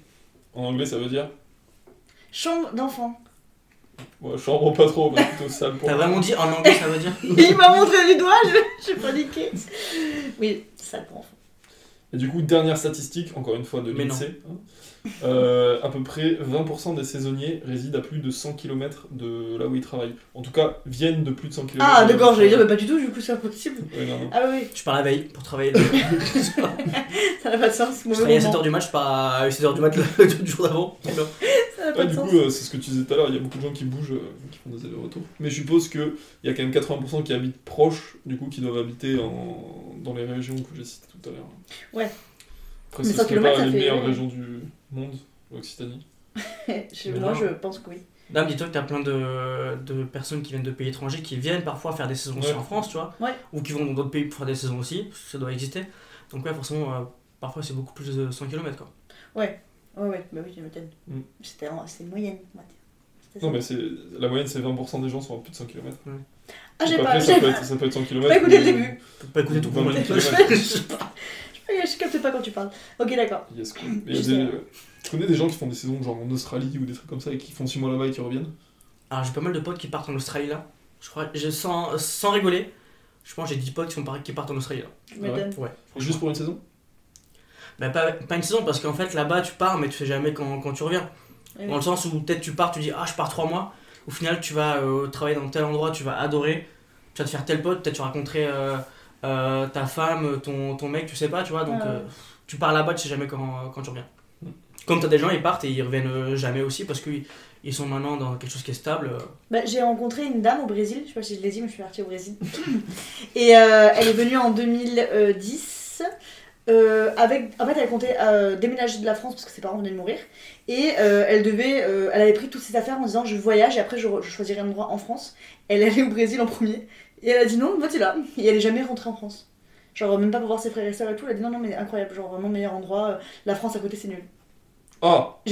Speaker 2: En anglais, ça veut dire
Speaker 4: Chambre d'enfant.
Speaker 2: ouais, Chambre, pas trop, mais plutôt salle pour.
Speaker 5: T'as vraiment dit en anglais, ça veut dire
Speaker 4: Il m'a montré du doigt, je- j'ai paniqué. Oui, ça pour enfant.
Speaker 2: Et du coup, dernière statistique, encore une fois de
Speaker 5: Mais non.
Speaker 2: l'INSEE, hein. Euh, à peu près 20% des saisonniers résident à plus de 100 km de là où ils travaillent. En tout cas, viennent de plus de 100 km.
Speaker 4: Ah, d'accord, j'allais dire, mais pas du tout, du coup, c'est impossible. Ah oui,
Speaker 5: Je pars la veille pour travailler.
Speaker 4: oui, ça n'a pas de sens.
Speaker 5: Je
Speaker 4: mauvais
Speaker 5: travaillais à
Speaker 4: moment.
Speaker 5: 7h du match, je pars à 7h du match le, le jour d'avant.
Speaker 4: Ça n'a pas pas
Speaker 2: Après,
Speaker 4: de
Speaker 2: du
Speaker 4: sens.
Speaker 2: coup, euh, c'est ce que tu disais tout à l'heure, il y a beaucoup de gens qui bougent, euh, qui font des allers-retours. Mais je suppose qu'il y a quand même 80% qui habitent proches, du coup, qui doivent habiter en... dans les régions que j'ai citées tout à l'heure.
Speaker 4: Ouais.
Speaker 2: Après,
Speaker 4: Mais
Speaker 2: ce
Speaker 4: 100
Speaker 2: serait
Speaker 4: kilomètres,
Speaker 2: pas
Speaker 4: ça
Speaker 2: les
Speaker 4: fait-
Speaker 2: meilleures régions du monde, l'Occitanie.
Speaker 4: Eh, Je-
Speaker 5: Mais
Speaker 4: Moi,
Speaker 5: non.
Speaker 4: je pense que oui.
Speaker 5: Dame, dis-toi que t'as plein de, de personnes qui viennent de pays étrangers qui viennent parfois faire des saisons aussi
Speaker 2: Ouais.
Speaker 5: en France, tu vois,
Speaker 4: Ouais.
Speaker 5: ou qui vont dans d'autres pays pour faire des saisons aussi, parce que ça doit exister. Donc, ouais, forcément, euh, parfois c'est beaucoup plus de 100 km quoi.
Speaker 4: Ouais, ouais, bah oui, je m'étonne.
Speaker 2: Mm.
Speaker 4: C'était en- c'est une moyenne, on va dire. C'était
Speaker 2: Non,
Speaker 4: ça.
Speaker 2: mais c'est la moyenne, c'est 20% des gens sont à plus de 100 km.
Speaker 4: Ah, j'ai
Speaker 2: Donc
Speaker 4: pas.
Speaker 2: après, ça,
Speaker 4: j'ai-
Speaker 2: peut être, ça peut être 100 km.
Speaker 4: pas écouté le début.
Speaker 5: Faut pas écouter tout pour moi.
Speaker 2: Voilà.
Speaker 5: tu vois.
Speaker 4: Ah, Je je capte pas quand tu parles. Ok, d'accord.
Speaker 2: Yes, cool. Mais il y a
Speaker 4: Juste
Speaker 2: des-
Speaker 4: derrière.
Speaker 2: euh, Tu connais des gens qui font des saisons genre en Australie ou des trucs comme ça et qui font 6 mois là-bas et qui reviennent
Speaker 5: Alors, j'ai pas mal de potes qui partent en Australie là. Je crois, je, sans, sans rigoler, je pense que j'ai 10 potes qui, sont par- qui partent en Australie là.
Speaker 4: Je m'étonne.
Speaker 5: Ouais.
Speaker 2: Juste pour une saison
Speaker 5: Bah, pas, pas une saison, parce qu'en fait là-bas tu pars, mais tu sais jamais quand, quand tu reviens.
Speaker 4: Eh Oui.
Speaker 5: Dans le sens où peut-être tu pars, tu dis ah, je pars 3 mois. Au final, tu vas euh, travailler dans tel endroit, tu vas adorer. Tu vas te faire tel pote, peut-être tu vas rencontrer euh, euh, ta femme, ton, ton mec, tu sais pas, tu vois. Donc
Speaker 4: Ah ouais.
Speaker 5: euh, tu pars là-bas, tu sais jamais quand, quand tu reviens.
Speaker 2: Mm.
Speaker 5: Comme t'as des gens, ils partent et ils reviennent euh, jamais aussi parce qu'ils ils sont maintenant dans quelque chose qui est stable. euh,
Speaker 4: Bah, j'ai rencontré une dame au Brésil, je sais pas si je l'ai dit, mais je suis partie au Brésil. Et euh, elle est venue en 2010. euh, avec, en fait, elle comptait euh, déménager de la France parce que ses parents venaient de mourir. Et euh, elle devait, euh, elle avait pris toutes ses affaires en disant je voyage et après je, re- je choisirai un endroit en France. Elle allait au Brésil en premier. Et elle a dit non, moi t'es là. Et elle est jamais rentrée en France. Genre même pas pour voir ses frères et sœurs et tout. Elle a dit non, non, mais incroyable, genre vraiment meilleur endroit. euh, La France à côté c'est nul.
Speaker 2: Ah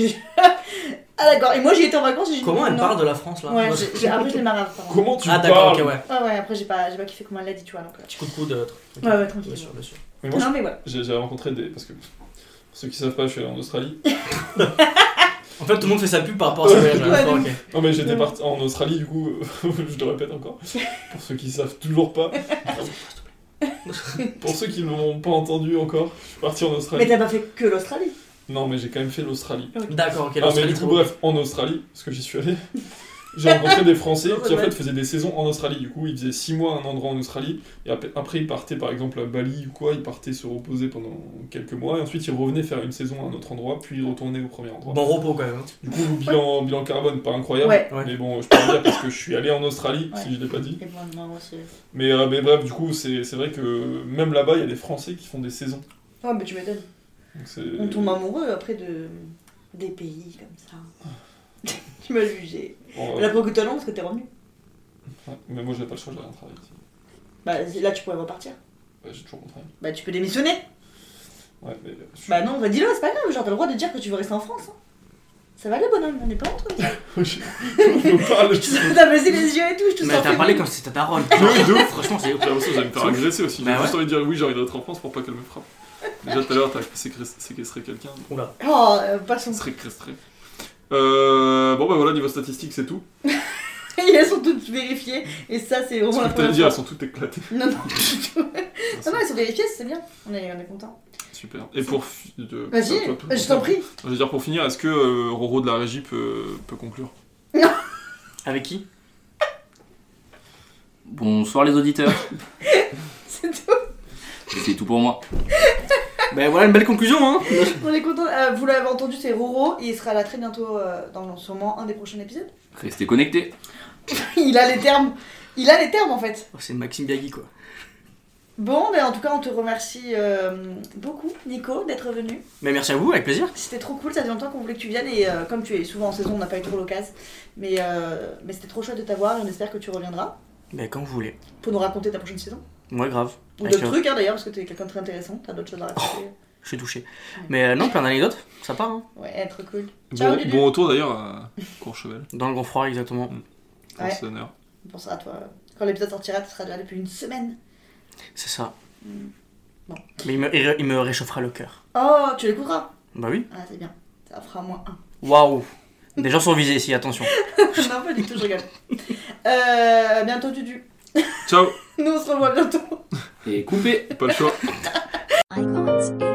Speaker 4: Ah d'accord. Et moi j'y étais en vacances. et j'ai dit,
Speaker 5: Oh. Comment elle
Speaker 4: non.
Speaker 5: parle de la France là
Speaker 4: Ouais, j'ai- j'ai- après je l'ai marre. apparemment.
Speaker 2: Comment tu
Speaker 5: Ah d'accord,
Speaker 2: parles
Speaker 5: ok, ouais.
Speaker 4: Ouais, ouais, après j'ai pas, j'ai pas kiffé comment elle l'a dit, tu vois. Donc, euh,
Speaker 5: Petit coup de coude. euh, ok.
Speaker 4: Ouais, ouais, tranquille.
Speaker 5: Bien sûr, bien sûr.
Speaker 2: Mais moi,
Speaker 4: Non, mais voilà.
Speaker 2: J'ai j'ai rencontré des. Parce que pour ceux qui savent pas, je suis allé en Australie.
Speaker 5: En fait, tout le monde fait sa pub par rapport à ce voyage.
Speaker 4: Ouais,
Speaker 5: d'accord,
Speaker 4: de
Speaker 5: ok.
Speaker 2: Non, mais j'étais parti en Australie, du coup, je le répète encore. Pour ceux qui savent toujours pas. pour ceux qui ne l'ont pas entendu encore, je suis parti en
Speaker 4: Mais
Speaker 2: Australie.
Speaker 4: t'as pas fait que l'Australie.
Speaker 2: Non, mais j'ai quand même fait l'Australie.
Speaker 5: D'accord, ok.
Speaker 2: Ah, mais
Speaker 5: l'Australie,
Speaker 2: du coup,
Speaker 5: trop-
Speaker 2: bref, en Australie, parce que j'y suis allé, j'ai rencontré des Français
Speaker 4: Non,
Speaker 2: qui en
Speaker 4: ouais.
Speaker 2: fait faisaient des saisons en Australie. Du coup, ils faisaient 6 mois à un endroit en Australie, et ap- après ils partaient par exemple à Bali ou quoi, ils partaient se reposer pendant quelques mois, et ensuite ils revenaient faire une saison à un autre endroit, puis ils retournaient au premier endroit.
Speaker 5: Bon repos quand même. hein.
Speaker 2: Du coup, bilan, bilan carbone, pas incroyable.
Speaker 4: Ouais.
Speaker 5: Ouais.
Speaker 2: Mais bon, je peux le dire parce que je suis allé en Australie,
Speaker 4: Ouais.
Speaker 2: si je l'ai pas dit.
Speaker 4: Et bon, non, moi c'est.
Speaker 2: Mais, euh, mais bref, du coup, c'est c'est vrai que même là-bas, il y a des Français qui font des saisons.
Speaker 4: Ouais, mais tu m'étonnes.
Speaker 2: Donc c'est-
Speaker 4: On tombe amoureux après de. des pays comme ça. tu m'as jugé.
Speaker 2: Bon, euh,
Speaker 4: Là, pour que t'as long, parce que t'es revenu.
Speaker 2: ouais, mais moi, j'ai pas le choix, j'ai rien travaillé. ici.
Speaker 4: Bah, là, tu pourrais repartir.
Speaker 2: Ouais, j'ai toujours mon travail.
Speaker 4: Bah, tu peux démissionner.
Speaker 2: Ouais, mais, je suis-
Speaker 4: Bah, non, bah, dis-le, c'est pas grave. Genre, t'as le droit de dire que tu veux rester en France. hein. Ça va le bonhomme, on est pas entre nous.
Speaker 2: je me parle.
Speaker 4: Je te- T'as baissé les yeux et tout, je te
Speaker 9: Mais
Speaker 4: sens
Speaker 9: t'as parlé
Speaker 4: faible.
Speaker 9: comme si c'était ta daronne.
Speaker 2: Oui, de ouf.
Speaker 9: Franchement, c'est.
Speaker 2: Là aussi, j'allais me faire agresser aussi. J'ai
Speaker 9: Bah
Speaker 2: juste envie de dire oui, j'ai envie d'être en France pour pas qu'elle me frappe. Déjà tout à l'heure, t'as sécré- séquestré quelqu'un.
Speaker 5: Oula.
Speaker 4: Oh, euh, pas son.
Speaker 2: Séquestré. Euh, bon, bah voilà, niveau statistique, c'est tout.
Speaker 4: Et elles sont toutes vérifiées. Et ça, c'est
Speaker 2: Ce que
Speaker 4: vraiment la
Speaker 2: je t'allais
Speaker 4: première
Speaker 2: dire, elles sont
Speaker 4: fois.
Speaker 2: toutes éclatées.
Speaker 4: Non, non, du tout. Non, non, elles sont vérifiées, c'est bien. On est, on est content.
Speaker 2: Super. Et pour. fi- de-
Speaker 4: Vas-y,
Speaker 2: toi, toi,
Speaker 4: je t'en prie.
Speaker 2: Je veux dire, pour finir, est-ce que euh, Roro de la régie peut, peut conclure
Speaker 9: Avec qui Bonsoir les auditeurs.
Speaker 4: C'est tout.
Speaker 9: C'est tout pour moi. ben voilà une belle conclusion, hein
Speaker 4: On est content. Euh, vous l'avez entendu, c'est Roro. Et il sera là très bientôt euh, dans sûrement un des prochains épisodes.
Speaker 9: Restez connectés.
Speaker 4: il a les termes. Il a les termes en fait.
Speaker 9: Oh, c'est Maxime Biagui, quoi.
Speaker 4: Bon, ben en tout cas, on te remercie euh, beaucoup, Nico, d'être venu.
Speaker 9: Mais Ben merci à vous, avec plaisir.
Speaker 4: C'était trop cool. Ça fait longtemps qu'on voulait que tu viennes. Et euh, comme tu es souvent en saison, on n'a pas eu trop l'occasion. Mais, euh, mais c'était trop chouette de t'avoir. Et on espère que tu reviendras
Speaker 9: Ben quand vous voulez.
Speaker 4: pour nous raconter ta prochaine saison.
Speaker 9: Moi, grave.
Speaker 4: Ou
Speaker 9: Avec,
Speaker 4: d'autres
Speaker 9: euh,
Speaker 4: trucs hein, d'ailleurs, parce que tu es quelqu'un de très intéressant. T'as d'autres choses à raconter.
Speaker 9: Je suis touché. Mais euh, non, plein d'anecdotes, ça part, hein.
Speaker 4: Ouais, trop cool. Ciao,
Speaker 2: bon,
Speaker 4: Lulu.
Speaker 2: bon retour d'ailleurs à Courchevel,
Speaker 9: Dans le grand froid, exactement.
Speaker 4: Ouais.
Speaker 2: pensionnaire.
Speaker 4: On pensera à toi. Quand l'épisode sortira, tu seras là depuis une semaine.
Speaker 9: C'est ça.
Speaker 4: Mm. Bon.
Speaker 9: Mais il me, il- il me réchauffera le cœur.
Speaker 4: Oh, tu l'écouteras.
Speaker 9: Bah oui.
Speaker 4: Ah, c'est bien. Ça fera moins un.
Speaker 9: Waouh. Des gens sont visés ici, attention.
Speaker 4: non, pas du tout, je rigole. Euh, bientôt, Dudu.
Speaker 2: Ciao
Speaker 4: Nous, on se revoit bientôt.
Speaker 9: Et coupé.
Speaker 2: Pas le choix
Speaker 3: Icons in